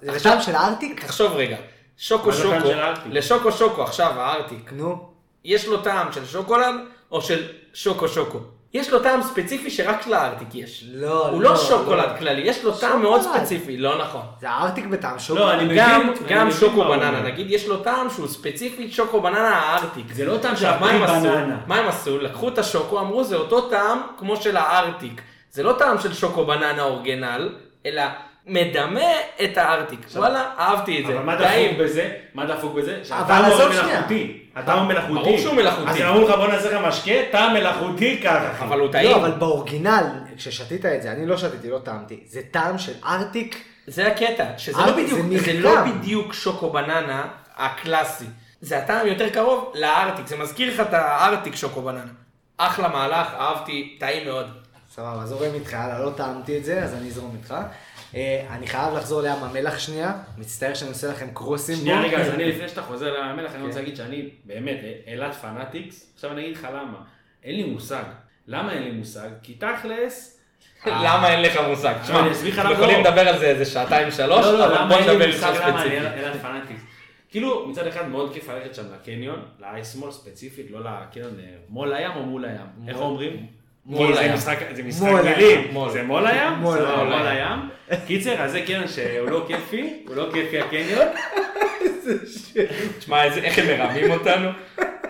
[SPEAKER 1] זה בטעם של ארטיק?
[SPEAKER 3] תחשוב רגע, שוקו
[SPEAKER 2] מה זה הטעם
[SPEAKER 3] שוקו,
[SPEAKER 2] של הארטיק?
[SPEAKER 3] לשוקו שוקו עכשיו הארטיק,
[SPEAKER 1] נו.
[SPEAKER 3] יש לו טעם של שוקולד או של שוקו שוקו? יש לו טעם ספציפי שרק לארטיק יש.
[SPEAKER 1] לא,
[SPEAKER 3] הוא
[SPEAKER 1] לא,
[SPEAKER 3] לא שוקולד
[SPEAKER 1] לא.
[SPEAKER 3] כללי, יש לו טעם מאוד
[SPEAKER 1] שוקולד.
[SPEAKER 3] ספציפי, לא נכון.
[SPEAKER 1] זה ארטיק בטעם שוקו.
[SPEAKER 2] לא, אני- מבין,
[SPEAKER 3] גם,
[SPEAKER 2] אני
[SPEAKER 3] גם
[SPEAKER 2] מבין
[SPEAKER 3] שוקו
[SPEAKER 2] מה הוא
[SPEAKER 3] בננה,
[SPEAKER 2] אומר.
[SPEAKER 3] נגיד, יש לו טעם שהוא ספציפית שוקו בננה הארטיק.
[SPEAKER 2] זה לא טעם של
[SPEAKER 3] עכשיו, מה הם
[SPEAKER 2] הפרי
[SPEAKER 3] עשו?
[SPEAKER 2] בננה.
[SPEAKER 3] מה הם עשו? לקחו את השוקו, אמרו זה אותו טעם כמו של הארטיק. זה לא טעם של שוקו בננה אורגנל, אלא מדמה את הארטיק. וואלה, אהבתי את זה.
[SPEAKER 2] אבל מה
[SPEAKER 3] טעים.
[SPEAKER 2] דפוק בזה? מה דפוק בזה?
[SPEAKER 1] אבל
[SPEAKER 2] שהטעם
[SPEAKER 1] עזוב
[SPEAKER 2] הוא
[SPEAKER 1] שנייה.
[SPEAKER 2] מלאכותי. הטעם הוא מלאכותי.
[SPEAKER 3] ברור שהוא מלאכותי.
[SPEAKER 2] אז הם אמרו לך בוא נעשה לך משקה, טעם מלאכותי ככה.
[SPEAKER 3] אבל הוא טעים.
[SPEAKER 1] לא, אבל באורגינל, כששתית את זה, אני לא שתיתי, לא טעמתי, זה טעם של ארטיק.
[SPEAKER 3] זה הקטע, שזה
[SPEAKER 1] אה,
[SPEAKER 3] לא
[SPEAKER 1] זה
[SPEAKER 3] בדיוק, זה
[SPEAKER 1] מרקם.
[SPEAKER 3] לא בדיוק שוקו בננה הקלאסי. זה הטעם יותר קרוב לארטיק, זה מזכיר לך את הארטיק שוקו בננה. אחלה מהלך, אהבתי, טעים מאוד.
[SPEAKER 1] סבבה, זורם איתך, יאללה, לא טעמתי את זה, אז אני אזרום איתך. אה, אני חייב לחזור לים המלח שנייה, מצטער שאני עושה לכם קרוסים.
[SPEAKER 2] שנייה
[SPEAKER 1] בו.
[SPEAKER 2] רגע, אז אני לפני שאתה חוזר למלח, אני
[SPEAKER 1] כן.
[SPEAKER 2] רוצה להגיד שאני באמת אילת פנאטיקס. עכשיו אני אגיד לך למה. אין לי מושג. למה אין לי מושג? כי תכלס...
[SPEAKER 3] למה אין לך מושג? תשמע,
[SPEAKER 2] אני אסביר לך
[SPEAKER 3] אנחנו
[SPEAKER 2] למה
[SPEAKER 3] יכולים
[SPEAKER 2] לא.
[SPEAKER 3] לדבר על זה איזה שעתיים שלוש,
[SPEAKER 2] לא, לא,
[SPEAKER 3] אבל
[SPEAKER 2] למה
[SPEAKER 3] בוא
[SPEAKER 2] אין
[SPEAKER 3] נדבר
[SPEAKER 2] לי
[SPEAKER 3] איתך
[SPEAKER 2] מושג למה אני
[SPEAKER 3] ספציפית.
[SPEAKER 2] אלעד פנאטיקס. כאילו, מצד אחד מאוד כיף ללכת שם לקניון, לאייסמול ספציפית, לא לקניון, אה, מול הים או מול הים? איך אומרים?
[SPEAKER 3] מול
[SPEAKER 2] כי זה
[SPEAKER 3] הים.
[SPEAKER 2] משחק- זה משחק
[SPEAKER 1] מול
[SPEAKER 2] מילים,
[SPEAKER 3] הים, מול.
[SPEAKER 2] זה מול הים?
[SPEAKER 1] מול
[SPEAKER 2] סבבה,
[SPEAKER 1] הים.
[SPEAKER 2] מול הים. קיצר, אז זה קניון שהוא לא כיפי, הוא לא כיפי הקניון.
[SPEAKER 3] תשמע, איזה- איך הם מרמים אותנו?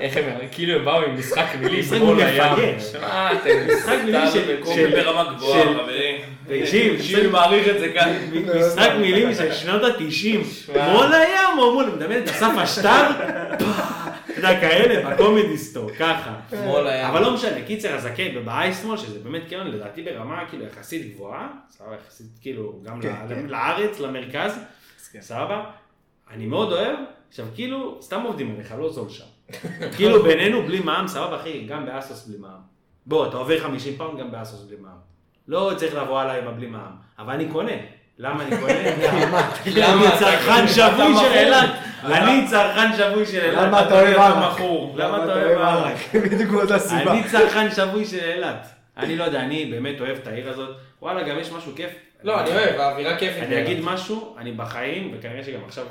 [SPEAKER 3] איך הם מרמים? כאילו הם באו עם משחק מילים,
[SPEAKER 2] משחק
[SPEAKER 3] מול
[SPEAKER 2] מילים
[SPEAKER 3] הים.
[SPEAKER 2] מפגר.
[SPEAKER 3] שמע, אתם
[SPEAKER 2] משחק מילים ש-
[SPEAKER 3] סתם,
[SPEAKER 2] של-
[SPEAKER 4] קומי ברמה גבוהה,
[SPEAKER 2] של-
[SPEAKER 4] חברים.
[SPEAKER 2] תקשיב,
[SPEAKER 4] שירי מעריך את זה כאן.
[SPEAKER 2] משחק
[SPEAKER 1] לא,
[SPEAKER 2] מילים של שנות ה-90, מול הים או מול, מדמיין את אסף אשטר, פאח, אתה יודע, כאלה, בקומדי סטור, ככה.
[SPEAKER 3] מול הים.
[SPEAKER 2] אבל לא משנה, קיצר, אז כן, ובאייסמול, שזה באמת קרן, לדעתי ברמה כאילו יחסית גבוהה, סבבה, יחסית כאילו, גם
[SPEAKER 1] כן,
[SPEAKER 2] ל-
[SPEAKER 1] כן.
[SPEAKER 2] לארץ, למרכז,
[SPEAKER 1] כן.
[SPEAKER 2] סבבה, אני מאוד אוהב, עכשיו כאילו, סתם עובדים עליך, לא זול שם. כאילו בינינו בלי מע"מ, סבבה אחי, גם באסוס בלי מע"מ. בוא, אתה עובר 50 פאונד גם באסוס בלי מע"מ. לא צריך לבוא עליי עם הבלי מע"ם, אבל אני קונה. למה אני קונה?
[SPEAKER 3] למה
[SPEAKER 2] למה?
[SPEAKER 3] אתה
[SPEAKER 2] אני צרכן
[SPEAKER 3] קונה? אתה
[SPEAKER 2] שבוי
[SPEAKER 3] מכור.
[SPEAKER 2] של אילת. אני צרכן שבוי של אילת.
[SPEAKER 1] למה אתה אוהב
[SPEAKER 2] אתה
[SPEAKER 1] ערק?
[SPEAKER 2] מכור. למה אתה אוהב ערק?
[SPEAKER 1] בדיוק מאותה סיבה.
[SPEAKER 2] אני צרכן שבוי של אילת. אני לא יודע, אני באמת אוהב את העיר הזאת. וואלה, גם יש משהו כיף.
[SPEAKER 3] לא, אני אוהב, האווירה כיפית.
[SPEAKER 2] אני אגיד משהו, אני בחיים, וכנראה שגם עכשיו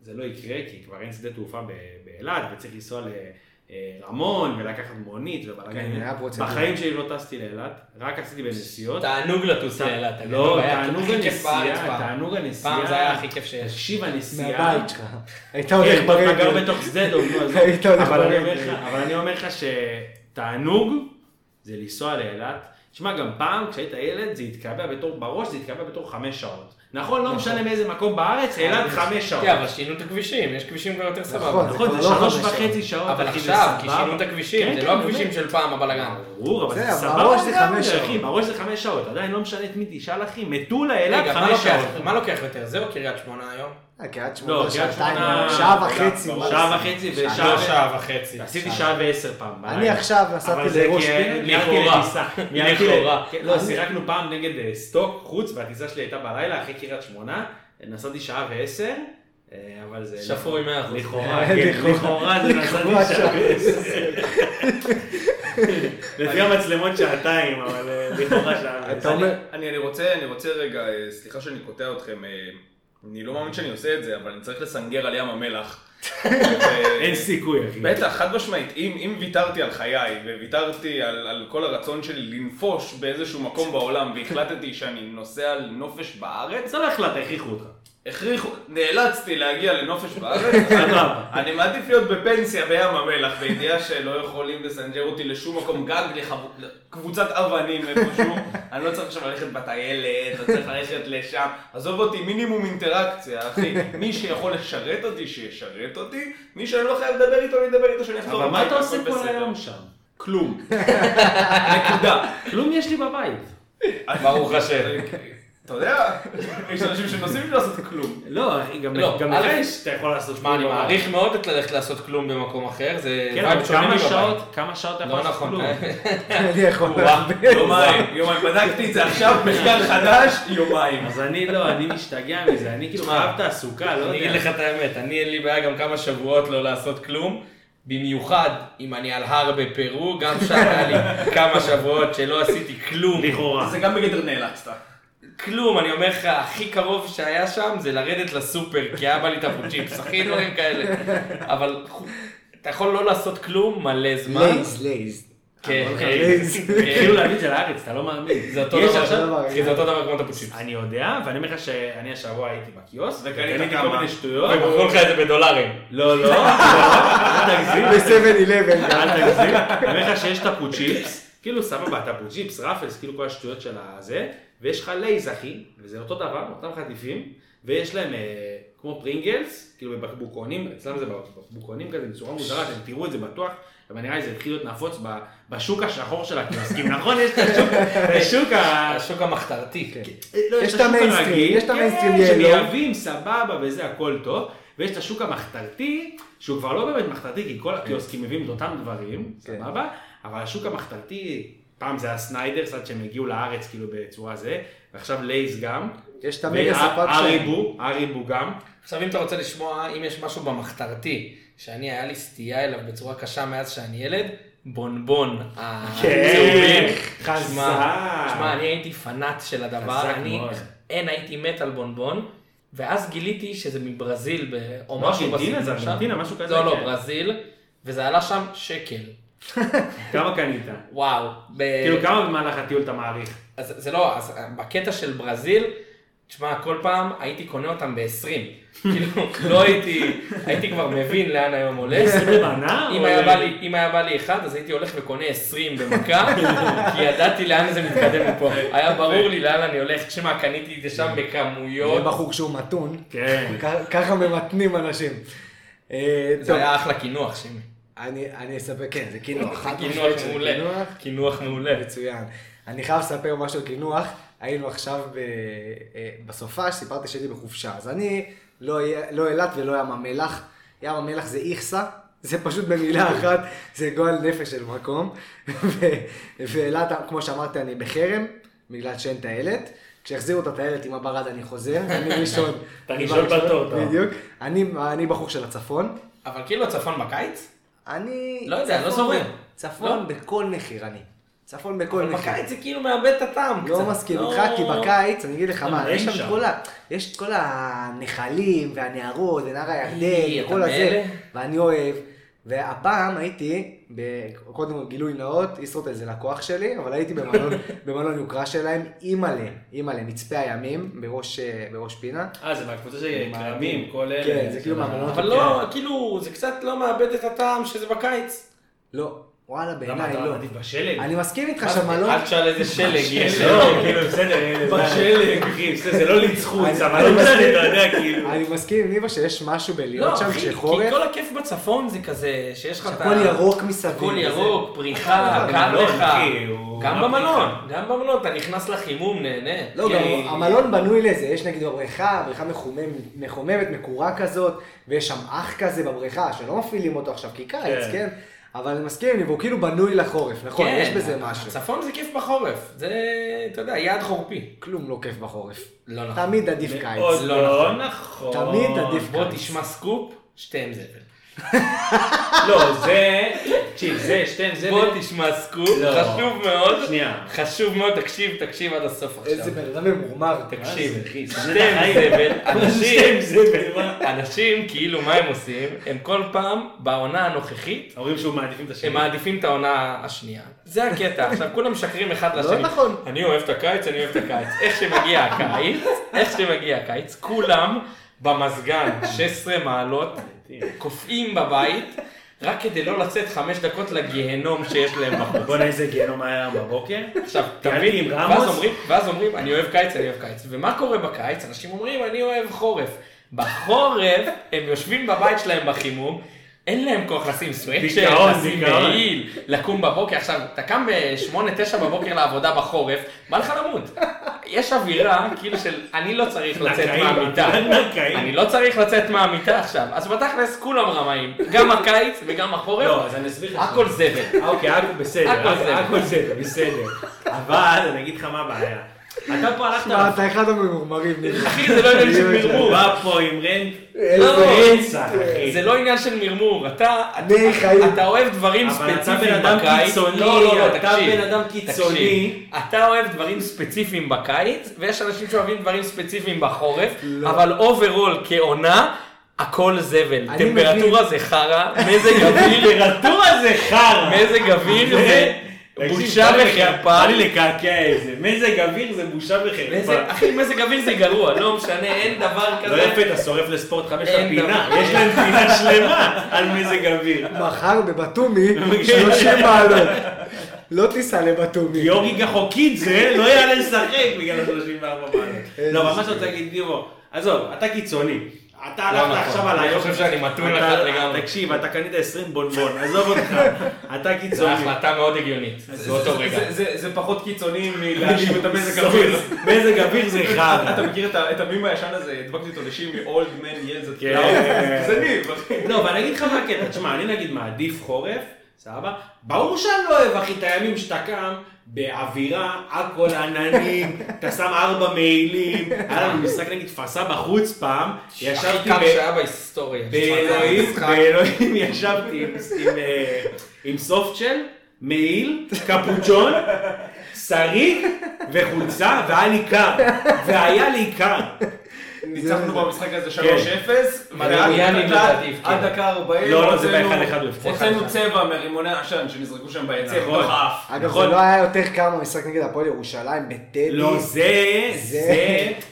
[SPEAKER 2] זה לא יקרה, כי כבר אין שדה תעופה ב- באילת, וצריך לנסוע לרמון, ולקחת מונית,
[SPEAKER 1] כן,
[SPEAKER 2] ובלאגן.
[SPEAKER 1] היה פרוצדורה.
[SPEAKER 2] בחיים שלי לא טסתי לאילת, רק עשיתי בנסיעות.
[SPEAKER 3] תענוג לטוס לאילת. אני
[SPEAKER 2] לא,
[SPEAKER 3] היה
[SPEAKER 2] תענוג
[SPEAKER 3] הכי כיף בארץ
[SPEAKER 2] הנסיעה,
[SPEAKER 3] פעם.
[SPEAKER 2] תענוג הנסיעה.
[SPEAKER 3] פעם זה היה הכי כיף שיש.
[SPEAKER 2] תקשיב, הנסיעה.
[SPEAKER 1] מהבית שלך. היית הולך
[SPEAKER 2] איך אתה גר
[SPEAKER 1] ברגל.
[SPEAKER 2] כן, בתוך שדה דוב, נו, עזוב.
[SPEAKER 1] אוקיי, היית הולך
[SPEAKER 2] אבל אני
[SPEAKER 1] ברגל.
[SPEAKER 2] אומר לך- אבל אני אומר לך שתענוג זה לנסוע לאילת. תשמע, גם פעם כשהיית ילד זה התקבע בתור, בראש זה התקבע בתור חמש שעות. נכון, לא משנה מאיזה מקום בארץ, אילת חמש שעות.
[SPEAKER 3] כן, אבל שינו את הכבישים, יש כבישים כבר יותר
[SPEAKER 1] נכון.
[SPEAKER 3] סבבה.
[SPEAKER 2] נכון,
[SPEAKER 1] זה
[SPEAKER 2] זה
[SPEAKER 1] כבר לא
[SPEAKER 2] שלוש
[SPEAKER 1] חמש
[SPEAKER 2] וחצי שעות.
[SPEAKER 3] אבל
[SPEAKER 2] אחי, זה
[SPEAKER 3] עכשיו, כי
[SPEAKER 2] סבבה.
[SPEAKER 3] שינו את הכבישים,
[SPEAKER 2] כן,
[SPEAKER 3] זה
[SPEAKER 2] כן,
[SPEAKER 3] לא
[SPEAKER 2] אני
[SPEAKER 3] הכבישים
[SPEAKER 2] יודע.
[SPEAKER 3] של פעם, הבלאגן.
[SPEAKER 2] ברור, אבל
[SPEAKER 1] זה,
[SPEAKER 2] זה
[SPEAKER 1] אבל
[SPEAKER 2] סבבה.
[SPEAKER 1] בראש זה
[SPEAKER 2] לגמרי,
[SPEAKER 1] חמש
[SPEAKER 2] אחי,
[SPEAKER 1] שעות.
[SPEAKER 2] בראש זה חמש שעות, עדיין לא משנה את מי תשאל, אחי, מטולה, אילת,
[SPEAKER 3] רגע, מה
[SPEAKER 2] חמש
[SPEAKER 3] לוקח-
[SPEAKER 2] שעות.
[SPEAKER 3] מה לוקח יותר, זה או קריית שמונה היום?
[SPEAKER 1] אה, קריית שמונה,
[SPEAKER 2] לא, קריית
[SPEAKER 1] שעתיים,
[SPEAKER 2] שמונה,
[SPEAKER 1] שעה וחצי. מה
[SPEAKER 2] שעה
[SPEAKER 1] זה?
[SPEAKER 2] וחצי
[SPEAKER 1] שעה.
[SPEAKER 2] ושעה ו-
[SPEAKER 3] לא, וחצי.
[SPEAKER 2] עשיתי שעה ועשר פעם.
[SPEAKER 1] אני
[SPEAKER 2] בלילה.
[SPEAKER 1] עכשיו נסעתי
[SPEAKER 2] אבל זה
[SPEAKER 1] לראש
[SPEAKER 2] כי
[SPEAKER 1] פינה.
[SPEAKER 2] ניהלתי
[SPEAKER 3] לכאורה.
[SPEAKER 2] לטיסה. ניהלתי ל-
[SPEAKER 3] לכאורה.
[SPEAKER 2] כן, לא, סירקנו פעם נגד אה, סטוק חוץ, והטיסה שלי הייתה בלילה אחרי קריית שמונה. נסעתי שעה ועשר, אה, אבל זה...
[SPEAKER 3] שפוי מאה אחוז.
[SPEAKER 2] לכאורה, כן, לכאורה זה
[SPEAKER 1] אה, לכאורה
[SPEAKER 2] נתן לי שעה. לפי המצלמות שעתיים, אבל אה, לכאורה שעה.
[SPEAKER 1] אתה אומר-
[SPEAKER 4] אני, אני רוצה, אני רוצה רגע, אה, סליחה שאני קוטע אתכם, אה, אני לא מאמין שאני עושה את זה, אבל אני צריך לסנגר על ים המלח. ו-
[SPEAKER 2] אין סיכוי, אחי.
[SPEAKER 4] בטח, חד משמעית, אם, אם ויתרתי על חיי וויתרתי על, על כל הרצון שלי לנפוש באיזשהו מקום בעולם והחלטתי שאני נוסע לנופש בארץ,
[SPEAKER 2] זה לא החלטת, הכריחו אותך.
[SPEAKER 4] הכריחו, נאלצתי להגיע לנופש בארץ,
[SPEAKER 2] סבבה.
[SPEAKER 4] אני מעדיף להיות בפנסיה בים המלח בידיעה שלא יכולים לסנג'ר אותי לשום מקום גג, לחב- קבוצת אבנים איפשהו, אני לא צריך עכשיו ללכת בטיילת, לא צריך ללכת לשם, עזוב אותי, מינימום אינטראקציה, אחי, מי שיכול לשרת אותי, שישרת אותי, מי שאני לא חייב לדבר איתו, אני אדבר איתו, שאני אחזור
[SPEAKER 2] אבל מה אתה
[SPEAKER 4] הכל
[SPEAKER 2] עושה כל
[SPEAKER 4] בסדר.
[SPEAKER 2] היום שם?
[SPEAKER 4] כלום. נקודה.
[SPEAKER 2] כלום יש לי בבית.
[SPEAKER 3] ברוך השם.
[SPEAKER 4] אוקיי. אתה יודע, יש אנשים שנוסעים בלי לעשות כלום.
[SPEAKER 2] לא, אחי, גם
[SPEAKER 3] לא,
[SPEAKER 2] גם
[SPEAKER 3] א',
[SPEAKER 2] לך יש, אתה יכול לעשות
[SPEAKER 3] שמע, אני
[SPEAKER 2] כלום בבית.
[SPEAKER 3] מעריך מאוד את ללכת לעשות כלום במקום אחר, זה
[SPEAKER 2] כן,
[SPEAKER 3] וייב
[SPEAKER 2] אבל
[SPEAKER 3] שונה
[SPEAKER 2] כמה
[SPEAKER 3] מבבית.
[SPEAKER 2] שעות, כמה שעות אתה יכול
[SPEAKER 3] לא
[SPEAKER 2] לעשות
[SPEAKER 3] נכון.
[SPEAKER 2] כלום.
[SPEAKER 1] אני יכול
[SPEAKER 2] לא
[SPEAKER 3] וואו.
[SPEAKER 1] להבין.
[SPEAKER 4] יומיים, יומיים, בדקתי את זה עכשיו, מחקר חדש, יומיים.
[SPEAKER 2] אז אני לא, אני משתגע מזה, אני כאילו
[SPEAKER 3] שמע,
[SPEAKER 2] חייב תעסוקה, לא
[SPEAKER 3] אני אגיד
[SPEAKER 2] יודע.
[SPEAKER 3] לך את האמת, אני אין לי בעיה גם כמה שבועות לא לעשות כלום, במיוחד אם אני על הר בפרו, גם שם היה לי כמה שבועות שלא עשיתי כלום.
[SPEAKER 2] לכאורה.
[SPEAKER 4] זה גם בגדר נאלצת.
[SPEAKER 3] כלום, אני אומר לך, הכי קרוב שהיה שם זה לרדת לסופר, כי היה בא לי תפוצ'יפס, הכי דברים כאלה. אבל חו- אתה יכול לא לעשות כלום מלא זמן.
[SPEAKER 1] לייז, לייז.
[SPEAKER 3] כן,
[SPEAKER 2] אבל
[SPEAKER 3] כן.
[SPEAKER 1] לייז.
[SPEAKER 2] התחילו להביא את אוקיי. כאילו זה לארץ, אתה לא מאמין.
[SPEAKER 3] זה אותו
[SPEAKER 2] יש
[SPEAKER 3] דבר,
[SPEAKER 2] עכשיו-
[SPEAKER 1] דבר,
[SPEAKER 3] כי זה אותו דבר כמו תפוצ'יפס.
[SPEAKER 2] אני יודע, ואני אומר לך שאני השבוע הייתי בקיוסק,
[SPEAKER 4] וקנית
[SPEAKER 2] וקניתי כל
[SPEAKER 4] כמה?
[SPEAKER 2] מיני שטויות.
[SPEAKER 3] ומוכרים לך את זה בדולרים.
[SPEAKER 2] לא, לא, לא, אל תגזים,
[SPEAKER 1] ב-7-11 גם.
[SPEAKER 2] אל תגזים. אני אומר לך שיש טפו צ'יפס, כאילו סבבה, טפו צ'יפס, רפלס, כאילו כל השטויות של הזה, ויש לך לייז אחי, וזה אותו דבר, אותם חטיפים, ויש להם אה, כמו פרינגלס, כאילו בבקבוקונים, אצלם זה בבקבוקונים כזה בצורה מוזרה, אתם תראו את זה בטוח, אבל נראה לי זה התחיל להיות נפוץ ב- בשוק השחור של הקיוסקים, נכון? יש את השוק, השוק ה...
[SPEAKER 3] השוק המחתרתי.
[SPEAKER 1] כן.
[SPEAKER 2] לא,
[SPEAKER 1] יש את המיינסטרים,
[SPEAKER 2] הרגיל,
[SPEAKER 1] יש את המיינסטרים
[SPEAKER 2] כן,
[SPEAKER 1] יאלו.
[SPEAKER 2] שמייבאים סבבה וזה הכל טוב, ויש את השוק המחתרתי, שהוא כבר לא באמת מחתרתי, כי כל הקיוסקים מביאים את אותם דברים,
[SPEAKER 1] כן.
[SPEAKER 2] סבבה, אבל השוק המחתרתי, פעם זה היה סניידרס עד שהם הגיעו לארץ כאילו בצורה זה, ועכשיו לייז גם,
[SPEAKER 1] יש את המגה ספק שלהם.
[SPEAKER 2] ואריבו, אריבו גם,
[SPEAKER 3] עכשיו, אם אתה רוצה לשמוע אם יש משהו במחתרתי, שאני, היה לי סטייה אליו בצורה קשה מאז שאני ילד, בונבון.
[SPEAKER 1] כן.
[SPEAKER 3] הצהובים.
[SPEAKER 2] כן. חזק.
[SPEAKER 3] שמע, שמע, אני הייתי פנאט של
[SPEAKER 2] חזק
[SPEAKER 3] הדבר, אני
[SPEAKER 2] מאוד.
[SPEAKER 3] אין, הייתי מת על בונבון, ואז גיליתי שזה מברזיל, ב- או
[SPEAKER 2] לא,
[SPEAKER 3] משהו
[SPEAKER 2] ארגנטינה זה
[SPEAKER 3] בסגנון שם.
[SPEAKER 2] ארגנטינה, משהו כזה,
[SPEAKER 3] לא, לא,
[SPEAKER 2] כן.
[SPEAKER 3] ברזיל, וזה עלה שם שקל.
[SPEAKER 2] כמה קנית?
[SPEAKER 3] וואו. ב-
[SPEAKER 2] כאילו כמה במהלך הטיול אתה מעריך?
[SPEAKER 3] אז זה לא, אז בקטע של ברזיל, תשמע, כל פעם הייתי קונה אותם ב-20. כאילו, לא הייתי, הייתי כבר מבין לאן היום
[SPEAKER 1] כן.
[SPEAKER 3] הולך.
[SPEAKER 2] עשרים מנה?
[SPEAKER 3] אם
[SPEAKER 2] או- לא?
[SPEAKER 3] היה בא לי- אם היה בא לי אחד, אז הייתי הולך וקונה 20 במכה, כי ידעתי לאן זה מתקדם מפה. היה ברור לי לאן אני הולך. תשמע, קניתי את זה שם בכמויות.
[SPEAKER 1] זה בחור שהוא מתון.
[SPEAKER 2] כן.
[SPEAKER 1] כ- ככה ממתנים אנשים. אה,
[SPEAKER 3] זה
[SPEAKER 1] טוב,
[SPEAKER 3] היה אחלה קינוח, שימי.
[SPEAKER 1] אני אני אספר, כן, זה קינוח. חד משמעית
[SPEAKER 3] קינוח
[SPEAKER 1] שזה
[SPEAKER 3] מעולה.
[SPEAKER 1] קינוח.
[SPEAKER 3] קינוח מעולה.
[SPEAKER 1] מצוין. אני חייב לספר משהו על קינוח. היינו עכשיו ב... אה, בסופה, סיפרתי שהייתי בחופשה. אז אני לא אהיה- לא אילת ולא ים המלח. ים המלח זה איכסה, זה פשוט במילה אחת, זה גועל נפש של מקום. ו- ואילת, כמו שאמרתי, אני בחרם, בגלל שאין טיילת. כשהחזירו את הטיילת עם הברד אני חוזר, אני ראשון.
[SPEAKER 2] אתה
[SPEAKER 1] אני
[SPEAKER 2] ראשון
[SPEAKER 1] בראשון,
[SPEAKER 2] בתור, אתה.
[SPEAKER 1] בדיוק. אני אני בחור של הצפון.
[SPEAKER 3] אבל כאילו צפון בקיץ?
[SPEAKER 1] אני...
[SPEAKER 3] לא יודע, לא
[SPEAKER 1] צפון-
[SPEAKER 3] זורם.
[SPEAKER 1] צפון
[SPEAKER 3] לא?
[SPEAKER 1] בכל מחיר אני. צפון בכל
[SPEAKER 3] אבל
[SPEAKER 1] מחיר.
[SPEAKER 3] בקיץ זה כאילו מאבד את הטעם קצת.
[SPEAKER 1] לא מסכים איתך, כי בקיץ, אני אגיד לך מה, יש שם כל ה... יש את כל הנחלים והנהרות ונהר
[SPEAKER 3] אי,
[SPEAKER 1] הירדן
[SPEAKER 3] אה, אתה
[SPEAKER 1] וכל הזה,
[SPEAKER 3] מאלה?
[SPEAKER 1] ואני אוהב. והפעם הייתי, ב- קודם כל גילוי נאות, ישרוטל זה לקוח שלי, אבל הייתי במלון, במלון יוקרה שלהם, אימא'לה, אימא'לה, מצפה הימים, בראש, אה, בראש פינה.
[SPEAKER 2] אה, זה מהקבוצה של
[SPEAKER 1] כן, מה-
[SPEAKER 2] כלבים, כל אלה.
[SPEAKER 1] כן, זה כאילו מהמלונות.
[SPEAKER 3] אבל לא, כאילו, זה קצת לא מאבד את הטעם שזה בקיץ.
[SPEAKER 1] לא, וואלה,
[SPEAKER 2] למה
[SPEAKER 1] בעיניי
[SPEAKER 2] אתה
[SPEAKER 1] לא.
[SPEAKER 2] מעדיף בשלג?
[SPEAKER 1] אני מסכים איתך שהמלון...
[SPEAKER 3] אל תשאל איזה אה, שלג יש.
[SPEAKER 2] לא, כאילו, בסדר, אלה, זה-
[SPEAKER 4] בשלג.
[SPEAKER 2] אחי, בסדר, זה לא לצחוץ,
[SPEAKER 1] אני-
[SPEAKER 2] אבל לא משנה, אתה יודע, כאילו.
[SPEAKER 1] אני מסכים עם ניבה שיש משהו
[SPEAKER 3] לא,
[SPEAKER 1] בלהיות שם
[SPEAKER 3] אחי, כי
[SPEAKER 1] כשחורף,
[SPEAKER 3] כל הכיף בצפון זה כזה, שיש לך את ה...
[SPEAKER 1] שהכל ירוק מסביב.
[SPEAKER 3] הכל
[SPEAKER 1] וזה- אה, לא,
[SPEAKER 3] ירוק, פריחה,
[SPEAKER 2] אבל
[SPEAKER 3] קר
[SPEAKER 2] במלון,
[SPEAKER 3] לך.
[SPEAKER 2] אחי, הוא-
[SPEAKER 3] גם
[SPEAKER 2] מה
[SPEAKER 3] במלון, גם במלון, אתה נכנס לחימום, נהנה.
[SPEAKER 1] לא,
[SPEAKER 3] כי-
[SPEAKER 1] גם המלון בנוי לזה, יש נגיד בבריכה, בריכה מחומם- מחוממת, מקורה כזאת, ויש שם אח כזה בבריכה, שלא מפעילים אותו עכשיו, כי קיץ,
[SPEAKER 2] כן.
[SPEAKER 1] כן? אבל אני מסכים, והוא כאילו בנוי לחורף, נכון,
[SPEAKER 3] כן,
[SPEAKER 1] יש בזה משהו.
[SPEAKER 3] הצפון זה כיף בחורף, זה, אתה יודע, יעד חורפי.
[SPEAKER 1] כלום לא כיף בחורף.
[SPEAKER 3] לא נכון.
[SPEAKER 1] תמיד עדיף קיץ.
[SPEAKER 2] מאוד
[SPEAKER 3] לא נכון.
[SPEAKER 2] נכון.
[SPEAKER 1] תמיד עדיף
[SPEAKER 3] בוא
[SPEAKER 1] קיץ.
[SPEAKER 3] תשמע סקופ, שתיהם זבל.
[SPEAKER 2] לא, זה... תקשיב, זה, שתיהם זה...
[SPEAKER 3] בוא תשמע סקופ,
[SPEAKER 2] לא.
[SPEAKER 3] חשוב מאוד.
[SPEAKER 2] שנייה.
[SPEAKER 3] חשוב מאוד, תקשיב, תקשיב עד הסוף עכשיו.
[SPEAKER 1] איזה בן אדם ממורמר.
[SPEAKER 3] תקשיב,
[SPEAKER 2] זה, אחי? סתם את
[SPEAKER 3] שתיהם
[SPEAKER 2] החיים.
[SPEAKER 3] זבל, אנשים,
[SPEAKER 2] שתיהם זבל, מה?
[SPEAKER 3] אנשים כאילו מה הם עושים, הם כל פעם בעונה הנוכחית
[SPEAKER 2] אומרים שהוא מעדיפים את השני.
[SPEAKER 3] הם מעדיפים את העונה השנייה. זה הקטע, עכשיו כולם משקרים אחד לשני.
[SPEAKER 1] נכון.
[SPEAKER 3] אני אוהב את הקיץ, אני אוהב את הקיץ. איך שמגיע הקיץ, איך שמגיע הקיץ, כולם במזגן 16 מעלות, קופאים בבית, רק כדי לא לצאת חמש דקות לגיהנום שיש להם בחוץ.
[SPEAKER 2] בוא'נה איזה גיהנום היה היום בבוקר.
[SPEAKER 3] עכשיו,
[SPEAKER 2] יעני
[SPEAKER 3] תבין,
[SPEAKER 2] כן, עם
[SPEAKER 3] ואז
[SPEAKER 2] רמוס?
[SPEAKER 3] אומרים, ואז אומרים, אני אוהב קיץ, אני אוהב קיץ. ומה קורה בקיץ? אנשים אומרים, אני אוהב חורף. בחורף, הם יושבים בבית שלהם בחימום, אין להם כוח לשים סוואצ'ר,
[SPEAKER 2] דיכאון,
[SPEAKER 3] לשים
[SPEAKER 2] דיכאון.
[SPEAKER 3] מעיל, לקום בבוקר. עכשיו, אתה קם ב-8-9 בבוקר לעבודה בחורף, בא לך למות. יש אווירה, כאילו של, אני לא צריך לצאת
[SPEAKER 2] נקעים,
[SPEAKER 3] מהמיטה.
[SPEAKER 2] נקעים.
[SPEAKER 3] אני לא צריך לצאת מהמיטה עכשיו. אז בתכלס כולם רמאים, גם הקיץ וגם
[SPEAKER 2] לא,
[SPEAKER 3] החורף,
[SPEAKER 2] אז אני אסביר לך.
[SPEAKER 3] הכל זבל.
[SPEAKER 2] אה, אוקיי, הכל בסדר,
[SPEAKER 3] הכל
[SPEAKER 2] הכל-
[SPEAKER 3] בסדר.
[SPEAKER 2] הכל בסדר, בסדר. אבל אני אגיד לך מה הבעיה. אתה פה הלכת...
[SPEAKER 1] שמע, אתה אחד הממורמרים. ניר.
[SPEAKER 3] אחי, זה לא עניין של
[SPEAKER 2] הוא
[SPEAKER 3] מרמור.
[SPEAKER 2] בא פה עם רנט.
[SPEAKER 1] איזה
[SPEAKER 2] רצח, אחי.
[SPEAKER 3] זה לא עניין של מרמור, אתה,
[SPEAKER 1] אני חיים.
[SPEAKER 3] אתה אוהב דברים
[SPEAKER 2] אבל
[SPEAKER 3] ספציפיים
[SPEAKER 2] אתה
[SPEAKER 3] בקיץ.
[SPEAKER 2] בן אדם קיצוני,
[SPEAKER 3] לא, לא, לא,
[SPEAKER 2] אתה
[SPEAKER 3] תקשיב,
[SPEAKER 2] בן אדם
[SPEAKER 3] תקשיב.
[SPEAKER 2] קיצוני.
[SPEAKER 3] אתה אוהב דברים ספציפיים בקיץ, ויש אנשים שאוהבים דברים ספציפיים בחורף,
[SPEAKER 1] לא.
[SPEAKER 3] אבל אוברול כעונה, הכל זבל.
[SPEAKER 1] אני
[SPEAKER 3] טמפרטורה זה חרא, מזג אוויר,
[SPEAKER 2] טמפרטורה זה חרא.
[SPEAKER 3] מזג אוויר זה
[SPEAKER 2] תקשיב,
[SPEAKER 3] בושה
[SPEAKER 2] בא לי לק-
[SPEAKER 3] וחרפה.
[SPEAKER 2] בא לי לקעקע את זה. מזג אוויר זה בושה וחרפה.
[SPEAKER 3] מזג- אחי, מזג אוויר זה גרוע, לא משנה, אין דבר
[SPEAKER 2] לא
[SPEAKER 3] כזה.
[SPEAKER 2] יפה, אתה שורף לספורט חמש
[SPEAKER 3] אין
[SPEAKER 2] לפינה,
[SPEAKER 3] דבר.
[SPEAKER 2] יש להם פינה שלמה על מזג אוויר.
[SPEAKER 1] מחר בבתומי, 30 מעלות. לא תיסע לבתומי.
[SPEAKER 2] גיאורגי גחוקידזה לא יעלה לשחק בגלל ה-34 מעלות.
[SPEAKER 1] איזה
[SPEAKER 2] לא, ממש רוצה להגיד, דימו, עזוב, אתה קיצוני. אתה
[SPEAKER 3] לא
[SPEAKER 2] הלכת
[SPEAKER 3] נכון.
[SPEAKER 2] עכשיו על
[SPEAKER 3] אני
[SPEAKER 2] היום.
[SPEAKER 3] חושב שאני מתון
[SPEAKER 2] אתה-
[SPEAKER 3] לך לגמרי.
[SPEAKER 2] תקשיב, אתה קנית 20 בונבון, עזוב אותך. אתה
[SPEAKER 3] זו
[SPEAKER 2] קיצוני.
[SPEAKER 3] החלטה מאוד הגיונית, באותו רגע.
[SPEAKER 4] זה- זה- זה פחות קיצוני מלהאשים את המזג
[SPEAKER 2] סורי,
[SPEAKER 4] אוויר.
[SPEAKER 2] מזג אוויר זה חרא.
[SPEAKER 4] אתה מכיר את ה- את המים הישן הזה, הדבקתי אותו לשימי, אולד מן ילד זאת
[SPEAKER 2] כן.
[SPEAKER 4] זה ניב, אחי.
[SPEAKER 2] לא, אבל אני אגיד לך מה הקטע, תשמע, אני נגיד מעדיף חורף, סבבה? ברור שאני לא אוהב, אחי, את הימים שאתה קם באווירה, הכל עננים, אתה שם ארבע מעילים, היה לנו משחק נגד פסה בחוץ פעם, ישבתי
[SPEAKER 3] הכי
[SPEAKER 2] ב-
[SPEAKER 3] קר שהיה בהיסטוריה.
[SPEAKER 2] באלוהים,
[SPEAKER 3] משחק.
[SPEAKER 2] באלוהים ישבתי עם- עם, אה, עם סופטשל, מעיל, קפוצ'ון, שריג וחולצה, והיה לי קר, והיה לי קר.
[SPEAKER 4] ניצחנו במשחק
[SPEAKER 2] כן.
[SPEAKER 4] הזה 3-0,
[SPEAKER 3] מדריאני
[SPEAKER 4] ועד
[SPEAKER 3] נתיב,
[SPEAKER 4] דקה- עד
[SPEAKER 3] כן.
[SPEAKER 4] דקה 40,
[SPEAKER 2] לא, לא, זה
[SPEAKER 4] הוצאנו-
[SPEAKER 2] באחד אחד הוא הפסיד.
[SPEAKER 4] הוצאנו צבע מרימוני העשן שנזרקו שם ביציע,
[SPEAKER 2] נכון.
[SPEAKER 4] בתוך האף.
[SPEAKER 1] אגב, זה
[SPEAKER 2] נכון.
[SPEAKER 1] לא היה יותר קר במשחק נגד הפועל ירושלים בטדי.
[SPEAKER 2] לא, זה, זה,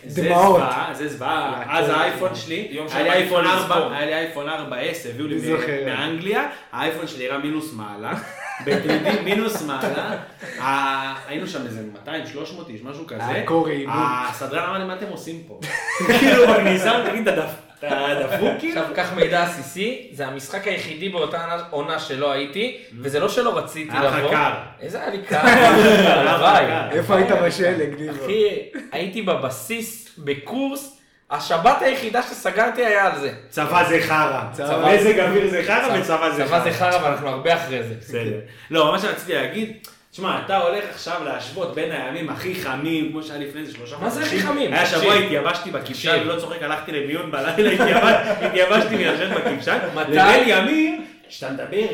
[SPEAKER 2] זה
[SPEAKER 1] דמעות.
[SPEAKER 2] זוועה, זה זוועה.
[SPEAKER 1] הכל.
[SPEAKER 2] אז האייפון שלי,
[SPEAKER 4] יום
[SPEAKER 2] היה לי
[SPEAKER 4] שבת
[SPEAKER 2] אייפון
[SPEAKER 4] התחלנו
[SPEAKER 2] 4,
[SPEAKER 4] לספור.
[SPEAKER 2] היה לי אייפון 4S, הביאו לי
[SPEAKER 1] אני
[SPEAKER 2] מ-
[SPEAKER 1] זוכר.
[SPEAKER 2] מאנגליה, האייפון שלי הראה מינוס מעלה, בטרידים מינוס מעלה, ה- היינו שם איזה 200, 300 איש, משהו כזה,
[SPEAKER 1] היה קור רעילות.
[SPEAKER 2] הסדרן אמר לי, מה אתם עושים פה? כאילו, בכניסה, תגיד, אתה דפ- אתה דפוק כאילו?
[SPEAKER 3] עכשיו, קח מידע עסיסי, זה המשחק היחידי באותה עונה שלא הייתי, וזה לא שלא רציתי
[SPEAKER 2] Mm-hmm. היה לך
[SPEAKER 3] לבוא.
[SPEAKER 2] קר.
[SPEAKER 3] איזה היה לי קר.
[SPEAKER 2] לך
[SPEAKER 3] הלוואי.
[SPEAKER 2] קר.
[SPEAKER 1] איפה היית בשלג, דיבו?
[SPEAKER 3] אחי, הייתי בבסיס, בקורס, השבת היחידה שסגרתי היה על זה.
[SPEAKER 2] צבא זה חרא,
[SPEAKER 1] צבא.
[SPEAKER 2] מזג אוויר זה חרא וצבא זה
[SPEAKER 3] צבא
[SPEAKER 2] חרא.
[SPEAKER 3] זה חרא, ואנחנו הרבה אחרי זה.
[SPEAKER 2] בסדר. לא, מה שרציתי להגיד, תשמע, אתה הולך עכשיו להשוות בין הימים הכי חמים, כמו שהיה לפני איזה שלושה
[SPEAKER 3] מה זה הכי חמים?
[SPEAKER 2] היה שבוע
[SPEAKER 3] תקשיב.
[SPEAKER 2] התייבשתי בכבשן,
[SPEAKER 3] תקשיב.
[SPEAKER 2] לא צוחק, הלכתי למיון בלילה, התייבש- התייבשתי מלשבת בכבשן,
[SPEAKER 3] מתי?
[SPEAKER 2] לבין ימים, שאתה מדבר,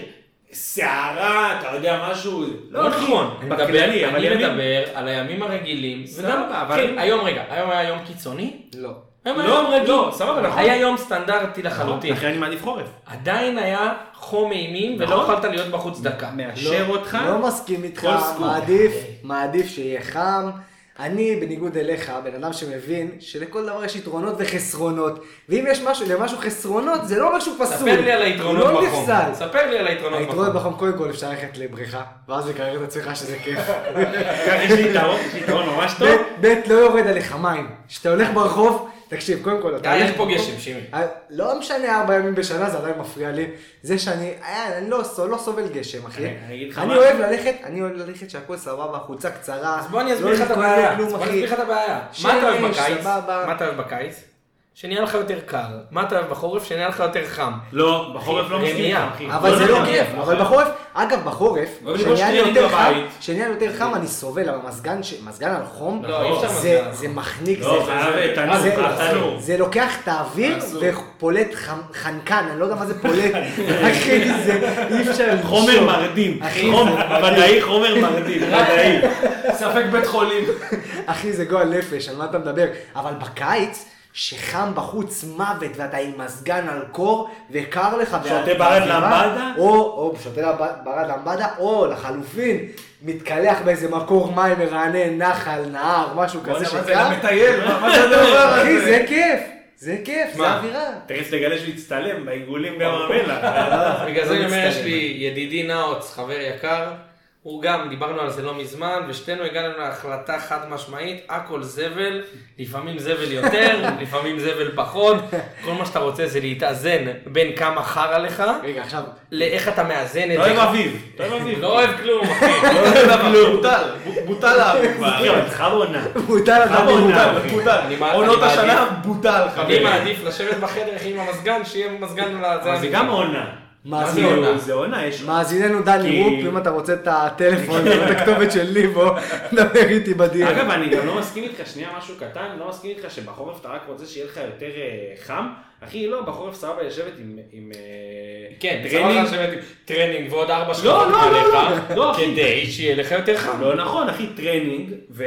[SPEAKER 2] סערה, אתה יודע משהו, לא נכון,
[SPEAKER 3] אני
[SPEAKER 2] בכללי,
[SPEAKER 3] מדבר-
[SPEAKER 2] אבל
[SPEAKER 3] אני
[SPEAKER 2] ימים,
[SPEAKER 3] מדבר על הימים הרגילים, וגם,
[SPEAKER 2] סבבה, אבל-
[SPEAKER 3] כן, היום רגע, היום היה יום קיצוני?
[SPEAKER 1] לא.
[SPEAKER 3] היום היה
[SPEAKER 2] לא,
[SPEAKER 3] יום רגיל.
[SPEAKER 2] לא, סבבה, נכון.
[SPEAKER 3] היה יום סטנדרטי לחלוטין.
[SPEAKER 2] לכן אני מעדיף חורף.
[SPEAKER 3] עדיין היה חום אימים, ולא
[SPEAKER 2] נכון.
[SPEAKER 3] יכולת להיות בחוץ דקה.
[SPEAKER 2] מאשר
[SPEAKER 1] לא-
[SPEAKER 2] אותך,
[SPEAKER 1] לא מסכים איתך,
[SPEAKER 2] כל סקופ.
[SPEAKER 1] מעדיף,
[SPEAKER 3] אה.
[SPEAKER 1] מעדיף שיהיה חם. אני, בניגוד אליך, בן אדם שמבין שלכל דבר יש יתרונות וחסרונות. ואם יש משהו, למשהו חסרונות, זה לא משהו פסול.
[SPEAKER 3] ספר לי על היתרונות
[SPEAKER 1] הוא לא
[SPEAKER 3] בחום.
[SPEAKER 1] נפסל.
[SPEAKER 3] ספר לי על היתרונות
[SPEAKER 1] היתרונות
[SPEAKER 3] בחום.
[SPEAKER 1] בחום, קודם כל אפשר ללכת לבריכה, ואז לקרר את עצמך שזה כיף.
[SPEAKER 2] כך יש לי יתרון, יש לי יתרון ממש טוב,
[SPEAKER 1] ב', ב', לא יורד עליך מים. כשאתה
[SPEAKER 3] אה.
[SPEAKER 1] הולך ברחוב, תקשיב, קודם כל, אתה
[SPEAKER 3] תהליך
[SPEAKER 1] הולך
[SPEAKER 3] פה
[SPEAKER 1] ברחוב-
[SPEAKER 3] גשם, שימי.
[SPEAKER 1] אה, לא משנה ארבע ימים בשנה, זה עדיין מפריע לי. זה שאני, אה, אני לא סו- לא סובל גשם, אחי.
[SPEAKER 2] אני- אני אגיד לך
[SPEAKER 1] אני
[SPEAKER 2] מה.
[SPEAKER 1] אוהב ללכת, אני אוהב ללכת שהכל סבבה, חולצה קצרה.
[SPEAKER 3] אז בוא אני
[SPEAKER 1] לא
[SPEAKER 3] אסביר לך את
[SPEAKER 1] להתכונן
[SPEAKER 3] הבעיה.
[SPEAKER 1] לכלום,
[SPEAKER 3] אז בוא
[SPEAKER 1] אחי.
[SPEAKER 3] אני אסביר לך את הבעיה.
[SPEAKER 1] שמש,
[SPEAKER 3] מה אתה אוהב בקיץ?
[SPEAKER 1] סבבה.
[SPEAKER 3] מה אתה אוהב בקיץ? שנהיה לך יותר קר. מה אתה אוהב בחורף? שנהיה לך יותר חם.
[SPEAKER 2] לא, בחורף לא מסכים
[SPEAKER 3] רמייה.
[SPEAKER 2] איתך, אחי.
[SPEAKER 1] אבל זה לא
[SPEAKER 2] יודע,
[SPEAKER 1] כיף,
[SPEAKER 2] נכון.
[SPEAKER 1] אבל בחורף, אגב בחורף,
[SPEAKER 2] אבל
[SPEAKER 1] שנהיה
[SPEAKER 2] שנייה
[SPEAKER 1] לי
[SPEAKER 2] אני
[SPEAKER 1] יותר חם,
[SPEAKER 2] בבית.
[SPEAKER 1] שנהיה לי יותר חם אני סובל, אבל מזגן ש- מזגן על חום,
[SPEAKER 3] לא, אי אפשר
[SPEAKER 1] זה-
[SPEAKER 3] מזגן.
[SPEAKER 1] זה מחניק,
[SPEAKER 2] לא,
[SPEAKER 1] זה-
[SPEAKER 2] חייב תנור,
[SPEAKER 1] זה-
[SPEAKER 2] חייב
[SPEAKER 1] זה-
[SPEAKER 2] תנור.
[SPEAKER 1] זה לוקח את האוויר
[SPEAKER 4] אסור.
[SPEAKER 1] ופולט חם- חנקן, אני לא יודע מה זה פולט, אחי זה אי אפשר לנשום.
[SPEAKER 2] חומר מרדים,
[SPEAKER 1] אחי,
[SPEAKER 2] חומר-
[SPEAKER 1] זה מדהים.
[SPEAKER 2] ודאי חומר מרדים, ודאי.
[SPEAKER 4] ספק בית חולים.
[SPEAKER 1] אחי, זה גועל נפש, על מה אתה מדבר? אבל בקיץ, שחם בחוץ מוות ואתה עם מזגן על קור וקר לך...
[SPEAKER 2] שותה
[SPEAKER 1] וה-
[SPEAKER 2] ברד
[SPEAKER 1] והאווירה-
[SPEAKER 2] למבדה?
[SPEAKER 1] או, או שותה לב- ברד למבדה, או לחלופין, מתקלח באיזה מקור מים מרענן, נחל, נהר, משהו כזה
[SPEAKER 4] בוא'נה, מה זה,
[SPEAKER 1] שקר.
[SPEAKER 2] כן.
[SPEAKER 4] למטייל, מה מה זה הדבר
[SPEAKER 1] לא, אחי,
[SPEAKER 4] הזה?
[SPEAKER 1] זה כיף, זה כיף, זה
[SPEAKER 4] מה?
[SPEAKER 1] אווירה.
[SPEAKER 2] תכף תגלה שהוא הצטלם בעיגולים בים המלח.
[SPEAKER 3] בגלל זה
[SPEAKER 1] לא
[SPEAKER 3] אני אומר, יש
[SPEAKER 1] מצטער.
[SPEAKER 3] לי ידידי נאוץ, חבר יקר, הוא גם, דיברנו על זה לא מזמן, ושתינו הגענו להחלטה חד משמעית, הכל זבל, לפעמים זבל יותר, לפעמים זבל פחות, כל מה שאתה רוצה זה להתאזן בין כמה חרא לך,
[SPEAKER 1] רגע, עכשיו,
[SPEAKER 3] לאיך אתה מאזן
[SPEAKER 1] לא
[SPEAKER 3] את
[SPEAKER 2] אתה אוהב
[SPEAKER 3] זה.
[SPEAKER 2] אביב, אתה אוהב אביב.
[SPEAKER 3] לא אוהב כלום, אחי.
[SPEAKER 4] לא יודע למה, בוטל, בוטל האביב.
[SPEAKER 2] אחי, אבל אצלך בעונה.
[SPEAKER 1] מוטל אדם
[SPEAKER 2] חמור,
[SPEAKER 1] מוטל.
[SPEAKER 2] אחי.
[SPEAKER 4] בוטל, בוטל.
[SPEAKER 3] אני מעדיף-
[SPEAKER 4] עונות
[SPEAKER 3] אני מעדיף-
[SPEAKER 4] השנה בוטל,
[SPEAKER 3] אני
[SPEAKER 4] חברים.
[SPEAKER 3] מעדיף לשבת בחדר אחי, עם המזגן, שיהיה מזגן לזה.
[SPEAKER 2] אבל זה גם עונה.
[SPEAKER 1] מה זה
[SPEAKER 2] כאילו,
[SPEAKER 3] עונה?
[SPEAKER 2] זה עונה, יש...
[SPEAKER 1] מאזיננו דני
[SPEAKER 2] כי-
[SPEAKER 1] רופ, אם אתה רוצה את הטלפון ואת הכתובת של ליבו, דבר איתי בדיוק.
[SPEAKER 2] אגב, אני גם לא מסכים איתך, שנייה משהו קטן, לא מסכים איתך שבחורף אתה רק רוצה שיהיה לך יותר אה, חם. אחי, לא, בחורף סבבה לשבת עם- עם... אה,
[SPEAKER 3] כן,
[SPEAKER 2] טרנינג.
[SPEAKER 3] סבבה לשבת עם טרנינג ועוד ארבע
[SPEAKER 2] לא,
[SPEAKER 3] שעות
[SPEAKER 2] לא, לא, לא,
[SPEAKER 3] מעליך,
[SPEAKER 2] לא, אחי.
[SPEAKER 3] כדי שיהיה לך יותר חם.
[SPEAKER 2] לא נכון, אחי, טרנינג, ו...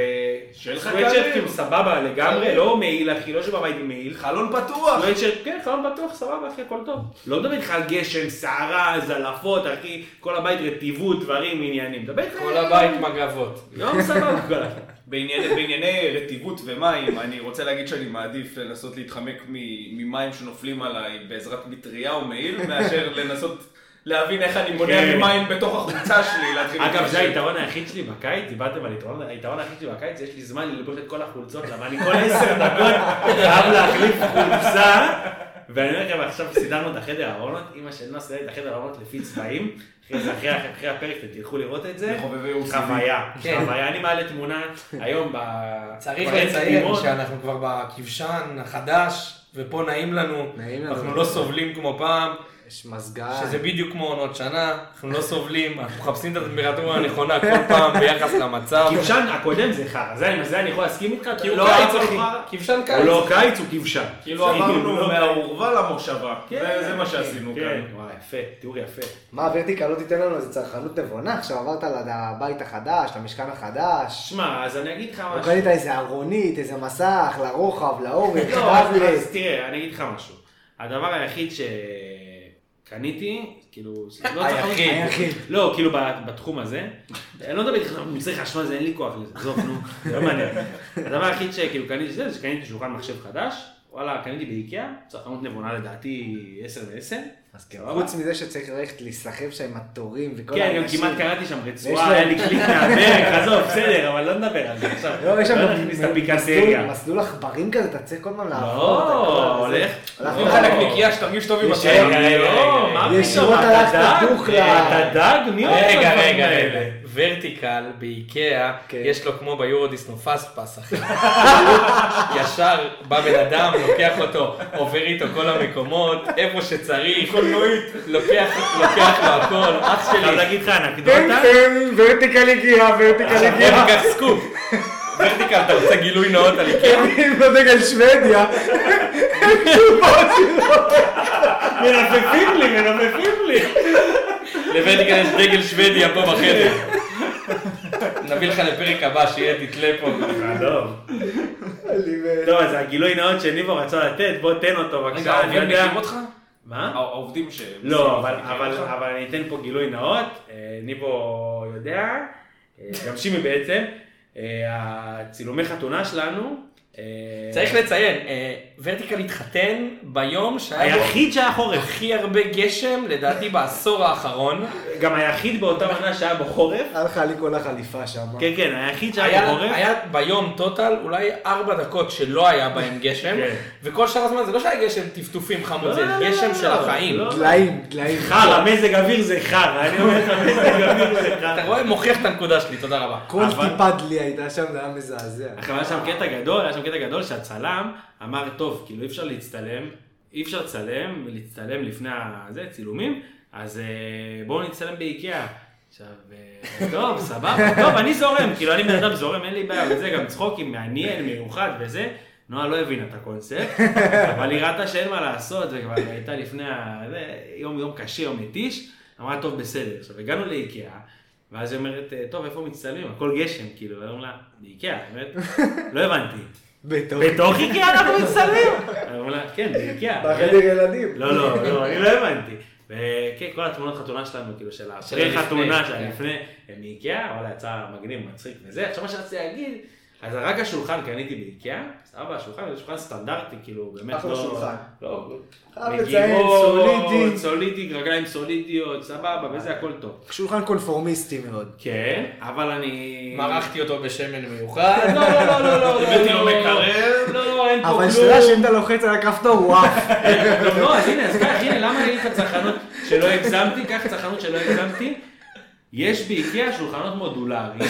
[SPEAKER 4] שיהיה לך
[SPEAKER 2] סוואטשרטים
[SPEAKER 4] קרים.
[SPEAKER 2] סבבה לגמרי,
[SPEAKER 4] קרים.
[SPEAKER 2] לא מעיל, אחי, לא שבבית עם מעיל.
[SPEAKER 4] חלון פתוח.
[SPEAKER 2] סוואטשרט, כן, חלום בטוח, סבבה, אחי, הכל טוב. לא מדבר איתך על גשם, סערה, זלעפות, אחי, כל הבית רטיבות, דברים, עניינים. מדבר איתך...
[SPEAKER 3] כל הבית מגבות.
[SPEAKER 2] יום סבבה, כל הבית.
[SPEAKER 4] בענייני, בענייני רטיבות ומים, אני רוצה להגיד שאני מעדיף לנסות להתחמק מ- ממים שנופלים עליי בעזרת מטריה או מעיל, מאשר לנסות להבין איך אני מונע
[SPEAKER 2] כן.
[SPEAKER 4] ממים בתוך החולצה שלי להתחיל
[SPEAKER 2] אגב, זה
[SPEAKER 4] להתקשר.
[SPEAKER 2] היתרון היחיד שלי בקיץ, דיברתם על יתרון, היתרון היחיד שלי בקיץ, יש לי זמן ללבוש את כל החולצות, אבל אני כל עשר דקות חייב להחליף חולצה. ואני אומר לכם, עכשיו סידרנו את החדר הארונות, אימא של נועה סידרת את החדר הארונות לפי צבעים, אחרי זה, אחרי אחרי הפרק אתם תלכו לראות את זה.
[SPEAKER 4] לחובבי OCD.
[SPEAKER 2] חוויה,
[SPEAKER 3] נכון, כן.
[SPEAKER 2] חוויה, אני מעלה תמונה היום ב-
[SPEAKER 3] צריך
[SPEAKER 2] בעץ
[SPEAKER 3] לציין
[SPEAKER 2] פירות.
[SPEAKER 3] שאנחנו כבר בכבשן החדש, ופה נעים לנו,
[SPEAKER 1] נעים לנו.
[SPEAKER 3] אנחנו לא סובלים כמו פעם,
[SPEAKER 1] יש מזגן.
[SPEAKER 2] אה.
[SPEAKER 3] שזה בדיוק כמו עונות שנה, אנחנו לא סובלים, אנחנו מחפשים את הטמפרטורה הנכונה כל פעם ביחס למצב.
[SPEAKER 2] כבשן הקודם זה חרא, זה אני- זה אני יכול להסכים איתך,
[SPEAKER 3] כי הוא
[SPEAKER 2] לא
[SPEAKER 3] קיץ
[SPEAKER 2] חרא.
[SPEAKER 3] אחי, כבשן
[SPEAKER 2] הוא
[SPEAKER 3] קיץ.
[SPEAKER 2] לא קיץ, הוא כבשן.
[SPEAKER 4] כאילו
[SPEAKER 2] לא-
[SPEAKER 4] עברנו מהאורווה למושבה,
[SPEAKER 2] כן,
[SPEAKER 4] זה זה מה
[SPEAKER 2] כן,
[SPEAKER 4] שעשינו
[SPEAKER 2] כן,
[SPEAKER 4] כאן.
[SPEAKER 2] וואי, יפה, תיאור יפה.
[SPEAKER 1] מה, ורטיקה לא תיתן לנו איזה צרכנות נבונה? עכשיו עברת לבית החדש, למשכן החדש,
[SPEAKER 2] שמע, אז אני אגיד לך
[SPEAKER 1] או
[SPEAKER 2] משהו.
[SPEAKER 1] קנית איזה ארונית, איזה מסך, לרוחב, לאורך,
[SPEAKER 2] לא, אז
[SPEAKER 1] דאבלס.
[SPEAKER 2] אז תראה, אני אגיד לך משהו. הדבר היחיד שקניתי, כאילו, זה לא צריך-
[SPEAKER 3] היחיד.
[SPEAKER 1] היחיד.
[SPEAKER 2] לא, כאילו ב- בתחום הזה, אני לא מדבר איתך, על מוצרי חשמל זה אין לי כוח לזה, עזוב, נו, זה לא מעניין. הדבר היחיד שכאילו קניתי זה, זה שקניתי שולחן מחשב חדש, וואלה, קניתי באיקאה, צרכנות נבונה לדעתי 10 ו-10.
[SPEAKER 1] אז כן, חוץ מזה שצריך ללכת להיסחב שם עם התורים וכל
[SPEAKER 2] כן, גם כמעט קראתי שם
[SPEAKER 1] ויש
[SPEAKER 2] רצועה,
[SPEAKER 1] להם-
[SPEAKER 2] היה לי קליק מהדרך, עזוב, בסדר, אבל לא נדבר על זה עכשיו.
[SPEAKER 1] לא, יש שם גם
[SPEAKER 2] נכניס את
[SPEAKER 1] מסלול-
[SPEAKER 2] הפיקנטריה.
[SPEAKER 1] מסלול עכברים כזה, אתה צריך כל הזמן לעבור. אתה כל
[SPEAKER 2] לא,
[SPEAKER 1] הזמן-
[SPEAKER 2] הולך.
[SPEAKER 1] הלכת
[SPEAKER 3] נותנים לך
[SPEAKER 1] לא.
[SPEAKER 3] נקניקייה שתרגיש טוב עם
[SPEAKER 2] רגע,
[SPEAKER 3] השם.
[SPEAKER 2] כן, רגע,
[SPEAKER 3] לא,
[SPEAKER 2] רגע, מה פתאום,
[SPEAKER 1] ישירות הלכת
[SPEAKER 2] אתה דג?
[SPEAKER 1] דוך ל-
[SPEAKER 2] אתה דג? מי אוהב את
[SPEAKER 3] רגע,
[SPEAKER 2] הדברים
[SPEAKER 3] רגע,
[SPEAKER 2] האלה?
[SPEAKER 3] רגע. ורטיקל באיקאה,
[SPEAKER 1] כן.
[SPEAKER 3] יש לו כמו ביורודיס נופספס, אחי. ישר בא בן אדם, לוקח אותו, עובר איתו כל המקומות, איפה שצריך. קולנועית. לוקח, לוקח לו הכל, אח
[SPEAKER 2] חייב
[SPEAKER 3] שלי.
[SPEAKER 2] להגיד לך
[SPEAKER 1] כן,
[SPEAKER 2] אנקדוטה.
[SPEAKER 1] כן, ורטיקל הגיע, ורטיקל הגיע.
[SPEAKER 3] ורטיקל סקופ. ורטיקל, אתה רוצה גילוי נאות על איקאה?
[SPEAKER 1] עם הדגל שוודיה.
[SPEAKER 2] מנפפים לי, מנפפים לי.
[SPEAKER 3] לוורטיקל יש דגל שוודיה פה בחדר. נביא לך לפרק הבא, שיהיה תתלה פה.
[SPEAKER 2] עזוב.
[SPEAKER 1] אני מת.
[SPEAKER 2] טוב, אז הגילוי נאות שניבו רצה לתת, בוא תן אותו
[SPEAKER 3] רגע,
[SPEAKER 2] בבקשה, אני
[SPEAKER 3] העובדים
[SPEAKER 2] יודע.
[SPEAKER 3] מכירים אותך?
[SPEAKER 2] מה?
[SPEAKER 4] אה, העובדים ש...
[SPEAKER 2] לא, אבל-
[SPEAKER 4] אה,
[SPEAKER 2] אבל אבל אני אתן פה גילוי נאות, אה, ניבו יודע, אה, גם שימי בעצם, אה, הצילומי חתונה שלנו. אה,
[SPEAKER 3] צריך לציין, אה, ורטיקל התחתן ביום שהיה בו
[SPEAKER 2] היחיד שהיה חורף.
[SPEAKER 3] הכי הרבה גשם, לדעתי בעשור האחרון.
[SPEAKER 2] גם היחיד באותה עונה שהיה בו חורף.
[SPEAKER 1] היה לך לי כל החליפה שם.
[SPEAKER 2] כן, כן, היחיד שהיה בו
[SPEAKER 3] היה,
[SPEAKER 2] חורף.
[SPEAKER 3] היה ביום טוטל אולי ארבע דקות שלא היה בהם גשם,
[SPEAKER 2] כן.
[SPEAKER 3] וכל שאר הזמן זה לא שהיה גשם טפטופים חמוצים,
[SPEAKER 2] לא, לא, לא,
[SPEAKER 3] גשם
[SPEAKER 2] לא,
[SPEAKER 3] של
[SPEAKER 2] לא,
[SPEAKER 3] החיים.
[SPEAKER 2] לא.
[SPEAKER 1] דליים, דליים.
[SPEAKER 2] חרא, מזג אוויר זה חרא, אני אומר לך, מזג אוויר זה
[SPEAKER 3] אתה
[SPEAKER 2] חרא.
[SPEAKER 3] רואה? מוכיח את הנקודה שלי, תודה רבה.
[SPEAKER 1] כל
[SPEAKER 2] אבל-
[SPEAKER 1] טיפה דלי הייתה שם, זה היה מזעזע.
[SPEAKER 2] עכשיו היה שם קטע גדול, היה שם שם קטע גדול שהצלם אמר, טוב, כאילו אי אפשר להצטלם, אי אפשר לצלם, להצטלם לפני הזה, צילומים, אז אה, בואו נצטלם באיקאה. עכשיו, אה, טוב, סבבה, טוב, אני זורם, כאילו אני בן אדם זורם, אין לי בעיה, וזה גם צחוקים, מעניין, מיוחד וזה. נועה לא הבינה את הקונספט, אבל היא ראתה שאין מה לעשות, וכבר הייתה לפני ה... זה, יום יום קשה, יום מתיש, אמרה, טוב, בסדר. עכשיו, הגענו לאיקאה, ואז היא אומרת, "אה, טוב, איפה מצטלמים? הכל גשם, כאילו, ואומרים לה, באיקאה, היא אומרת, לא הבנתי.
[SPEAKER 1] בטעות.
[SPEAKER 2] בתוך איקאה אנחנו מצטלמים? אני אומר לה, כן, באיקאה.
[SPEAKER 1] בחדר ילדים.
[SPEAKER 2] לא, לא, לא, אני לא הבנתי. וכן, כל התמונות חתונה שלנו, כאילו, של
[SPEAKER 3] של
[SPEAKER 2] הפרי
[SPEAKER 3] לפני,
[SPEAKER 2] חתונה,
[SPEAKER 3] כן.
[SPEAKER 2] של לפני, הם מאיקאה, אבל יצא מגניב, מצחיק וזה. עכשיו, מה שרציתי להגיד, אז רק השולחן קניתי באיקאה, סבבה, השולחן זה שולחן סטנדרטי, כאילו, באמת לא...
[SPEAKER 1] אחלה שולחן.
[SPEAKER 2] לא,
[SPEAKER 1] חייב
[SPEAKER 2] מגירות,
[SPEAKER 1] לציין, סולידי.
[SPEAKER 2] סולידי, רגליים סולידיות, סבבה, וזה הכל טוב.
[SPEAKER 1] שולחן קונפורמיסטי מאוד.
[SPEAKER 2] כן, אבל אני...
[SPEAKER 3] מרחתי אותו בשמן מיוחד.
[SPEAKER 2] לא, לא, לא, לא, לא,
[SPEAKER 3] הבאתי לו
[SPEAKER 2] לא.
[SPEAKER 3] מקרר.
[SPEAKER 2] לא, לא, אין פה כלום.
[SPEAKER 1] אבל שתדע שאם אתה לוחץ על הכפתור, הוא עף.
[SPEAKER 2] גם לא, אז הנה, אז כך, הנה, למה אני אגיד לך צרכנות שלא הגזמתי? קח צרכנות שלא הגזמתי. יש באיקאה שולחנות מודולריים,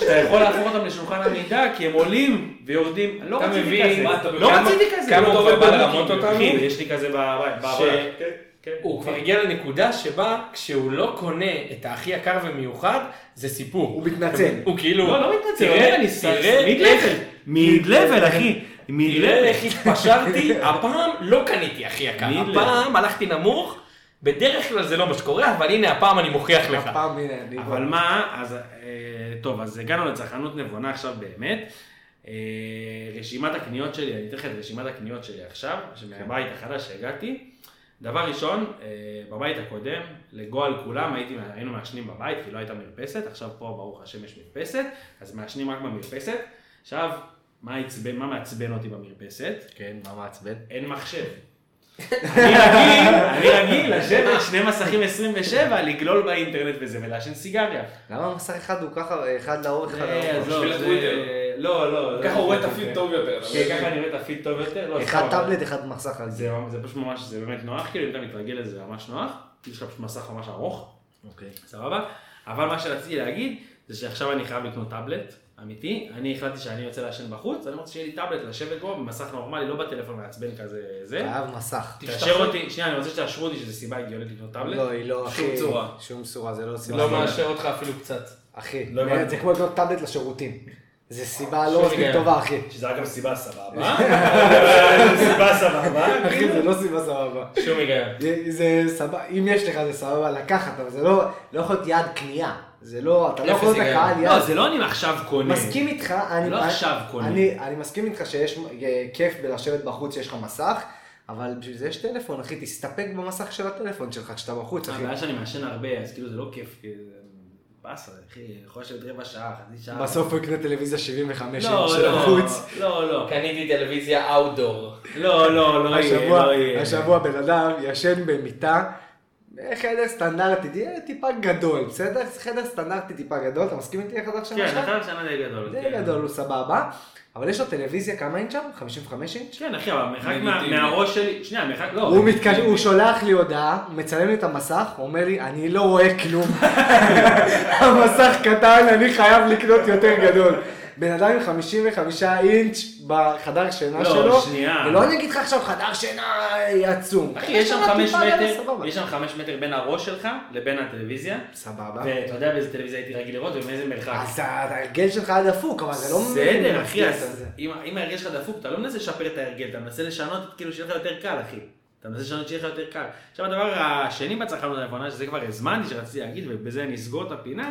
[SPEAKER 2] שאתה יכול להפוך אותם לשולחן עמידה, כי הם עולים ויורדים. אני לא
[SPEAKER 3] אתה
[SPEAKER 2] רציתי
[SPEAKER 3] מבין,
[SPEAKER 2] כזה.
[SPEAKER 3] מה אתה-
[SPEAKER 2] לא
[SPEAKER 3] כמה-
[SPEAKER 2] רציתי כזה.
[SPEAKER 3] כמה
[SPEAKER 2] לא,
[SPEAKER 3] הוא
[SPEAKER 2] אבל
[SPEAKER 3] כבר בא
[SPEAKER 2] בא
[SPEAKER 3] לרמות
[SPEAKER 2] לי,
[SPEAKER 3] אותנו?
[SPEAKER 2] אחי, כן, יש לי כזה בבית, בעבודה.
[SPEAKER 3] ש- הוא
[SPEAKER 2] כאילו-
[SPEAKER 3] כבר הגיע לנקודה שבה כשהוא לא קונה את הכי יקר ומיוחד, זה סיפור.
[SPEAKER 1] הוא מתנצל.
[SPEAKER 3] הוא כאילו...
[SPEAKER 2] לא, לא מתנצל,
[SPEAKER 3] תראה,
[SPEAKER 2] אני
[SPEAKER 3] תראה
[SPEAKER 2] מיד-לבל,
[SPEAKER 3] איך-
[SPEAKER 2] מיד-לבל, אחי.
[SPEAKER 3] תראה
[SPEAKER 2] מיד-לבל.
[SPEAKER 3] איך התפשרתי, הפעם לא קניתי הכי יקר,
[SPEAKER 2] מידלר.
[SPEAKER 3] הפעם הלכתי נמוך, בדרך כלל זה לא מה שקורה, אבל הנה הפעם אני מוכיח לך.
[SPEAKER 1] הפעם, הנה, אני
[SPEAKER 2] אבל
[SPEAKER 1] כבר-
[SPEAKER 2] מה, אז אה, טוב, אז הגענו לצרכנות נבונה עכשיו באמת. אה, רשימת הקניות שלי, אני אתן לך את רשימת הקניות שלי עכשיו, מהבית החדש שהגעתי. דבר ראשון, אה, בבית הקודם, לגועל כולם, הייתי, היינו מעשנים בבית, כי לא הייתה מרפסת, עכשיו פה ברוך השם יש מרפסת, אז מעשנים רק במרפסת. עכשיו, מה, עצבן, מה מעצבן אותי במרפסת?
[SPEAKER 3] כן, מה מעצבן?
[SPEAKER 2] אין מחשב. אני רגיל, אני רגיל לשבת שני מסכים 27, לגלול באינטרנט וזה, ולעשן סיגריה.
[SPEAKER 1] למה מסך אחד הוא ככה, לא אחד לאורך, אחד
[SPEAKER 2] אה,
[SPEAKER 1] לאורך?
[SPEAKER 2] עזוב,
[SPEAKER 4] בשביל
[SPEAKER 2] זה-
[SPEAKER 4] הטוויטר.
[SPEAKER 2] לא, לא.
[SPEAKER 4] ככה הוא רואה את הפיד טוב יותר.
[SPEAKER 2] יותר. לא? כן, ככה אני רואה את הפיד טוב יותר. לא,
[SPEAKER 1] אחד
[SPEAKER 2] סתם,
[SPEAKER 1] טאבלט, אחד מסך על זה.
[SPEAKER 2] זה זה פשוט ממש, זה באמת נוח, כאילו אם אתה מתרגל לזה זה ממש נוח, כאילו יש לך פשוט מסך ממש ארוך.
[SPEAKER 1] אוקיי.
[SPEAKER 2] סבבה? אבל מה שרציתי להגיד, זה שעכשיו אני חייב לקנות טאבלט, אמיתי. אני החלטתי שאני רוצה לעשן בחוץ, אני רוצה שיהיה לי טאבלט לשבת בו במסך נורמלי, לא בטלפון מעצבן כזה זה.
[SPEAKER 1] חייב מסך.
[SPEAKER 2] תאשר אותי, שנייה, אני רוצה שתאשרו אותי שזה סיבה הגיונית לקנות טאבלט.
[SPEAKER 1] לא, היא לא, אחי.
[SPEAKER 4] שום צורה.
[SPEAKER 1] שום צורה, זה לא סיבה.
[SPEAKER 3] לא מאשר אותך אפילו קצת.
[SPEAKER 1] אחי,
[SPEAKER 2] לא הבנתי. כן.
[SPEAKER 1] זה כמו לקנות טאבלט לשירותים. זה סיבה לא
[SPEAKER 3] שום
[SPEAKER 1] מספיק
[SPEAKER 3] היגיון.
[SPEAKER 1] טובה, אחי.
[SPEAKER 2] שזה היה גם סיבה סבבה. סיבה סבבה.
[SPEAKER 1] אחי, זה לא סיבה סבבה.
[SPEAKER 3] שום היגיון.
[SPEAKER 1] זה- זה סבבה, אם יש לך זה סבבה לקחת, אבל זה לא לא יכול להיות יד קנייה. זה לא, אתה לא יכול
[SPEAKER 3] אפס
[SPEAKER 1] להיות
[SPEAKER 3] היגיון.
[SPEAKER 1] הקהל
[SPEAKER 2] לא,
[SPEAKER 1] יד.
[SPEAKER 2] זה לא אני עכשיו קונה.
[SPEAKER 1] מסכים איתך, אני,
[SPEAKER 2] לא
[SPEAKER 1] אני-
[SPEAKER 2] עכשיו קונה.
[SPEAKER 1] אני, אני מסכים איתך שיש אה, כיף בלשבת בחוץ שיש לך מסך, אבל בשביל זה יש טלפון, אחי, תסתפק במסך של הטלפון שלך כשאתה בחוץ, אחי.
[SPEAKER 2] הבעיה שאני מעשן הרבה, אז כאילו זה לא כיף. כי זה באסה, אחי, אני יכול לשבת רבע שעה, חצי שעה.
[SPEAKER 1] בסוף הוא יקנה טלוויזיה 75
[SPEAKER 2] לא,
[SPEAKER 1] של
[SPEAKER 2] לא,
[SPEAKER 1] החוץ.
[SPEAKER 2] לא, לא.
[SPEAKER 3] קניתי טלוויזיה אאוטדור.
[SPEAKER 2] לא, לא, לא יהיה,
[SPEAKER 1] השבוע,
[SPEAKER 2] לא יהיה.
[SPEAKER 1] השבוע בן אדם ישן במיטה, חדר סטנדרטי, תהיה טיפה גדול, בסדר? חדר סטנדרטי טיפה גדול, אתה מסכים איתי איך עכשיו?
[SPEAKER 2] כן, אתה שנה די גדול.
[SPEAKER 1] די
[SPEAKER 2] כן.
[SPEAKER 1] גדול, הוא סבבה, אבל יש לו טלוויזיה, כמה אינץ' שם? 55 אינץ'?
[SPEAKER 2] כן, אחי, אבל המרחק
[SPEAKER 4] לגיטימי.
[SPEAKER 2] מה- מהראש שלי, שנייה, המרחק, לא.
[SPEAKER 1] הוא מתקשר, הוא שולח לי הודעה, הוא מצלם לי את המסך, הוא אומר לי, אני לא רואה כלום. המסך קטן, אני חייב לקנות יותר גדול. בן אדם עם 55 אינץ' בחדר שינה
[SPEAKER 2] לא,
[SPEAKER 1] שלו,
[SPEAKER 2] שנייה.
[SPEAKER 1] ולא אני אגיד לך עכשיו חדר שינה עצום.
[SPEAKER 2] אחי, יש שם
[SPEAKER 1] חדר
[SPEAKER 2] חמש
[SPEAKER 1] טיפה גדול,
[SPEAKER 2] מטר,
[SPEAKER 1] סבבה.
[SPEAKER 2] יש שם חמש מטר בין הראש שלך לבין הטלוויזיה,
[SPEAKER 1] סבבה.
[SPEAKER 2] ואתה יודע באיזה טלוויזיה הייתי רגיל לראות ובאיזה מרחק.
[SPEAKER 1] אז ההרגל שלך היה דפוק, אבל זה לא...
[SPEAKER 2] בסדר, אחי,
[SPEAKER 1] מפתיע את
[SPEAKER 2] אז
[SPEAKER 1] זה.
[SPEAKER 2] אם אם ההרגל שלך דפוק, אתה לא מנסה לשפר את ההרגל, אתה מנסה לשנות, כאילו שיהיה לך יותר קל, אחי. אתה מנסה לשנות שיהיה לך יותר קל. עכשיו הדבר השני בצרכנות הנכונה, שזה כבר הזמנתי שרציתי להגיד, ובזה אני אסגור את הפינה,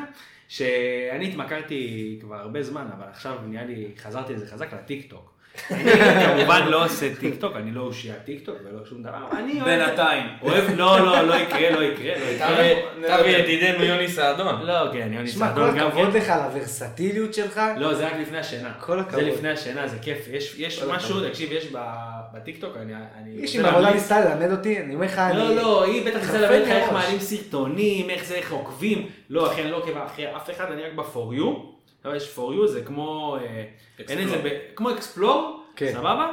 [SPEAKER 2] שאני התמכרתי כבר הרבה זמן, אבל עכשיו נראה לי, חזרתי לזה חזק, לטיקטוק. אני כמובן לא עושה טיקטוק, אני לא אושיע טיקטוק ולא שום דבר, אבל אני אוהב...
[SPEAKER 4] בינתיים.
[SPEAKER 2] אוהב, לא, לא, לא יקרה, לא יקרה, לא יקרה.
[SPEAKER 3] תביא ידידנו יוני סעדון.
[SPEAKER 2] לא, כן, יוני
[SPEAKER 1] שמע,
[SPEAKER 2] סעדון
[SPEAKER 1] כל
[SPEAKER 2] גם כן.
[SPEAKER 1] הכבוד לך על הוורסטיליות שלך.
[SPEAKER 2] לא, זה רק לפני השינה.
[SPEAKER 1] כל הכבוד.
[SPEAKER 2] זה לפני השינה, זה כיף. יש, יש
[SPEAKER 1] כל
[SPEAKER 2] משהו,
[SPEAKER 1] הכבוד.
[SPEAKER 2] תקשיב, יש ב- בטיקטוק, אני... אני
[SPEAKER 1] איש
[SPEAKER 2] רוצה
[SPEAKER 1] עם עבודה
[SPEAKER 2] להמליץ-
[SPEAKER 1] ניסתה ללמד אותי, אני אומר לך, אני...
[SPEAKER 2] לא, לא, היא בטח
[SPEAKER 1] חפה
[SPEAKER 2] רוצה ללמד לך איך
[SPEAKER 1] מראש.
[SPEAKER 2] מעלים סרטונים, איך זה, איך עוקבים. לא, אחי, אני לא עוקב אחרי אף אחד, אני רק ב-for you. אבל יש for you, זה כמו... אה, אין את זה ב... כמו אקספלור,
[SPEAKER 1] כן.
[SPEAKER 2] סבבה?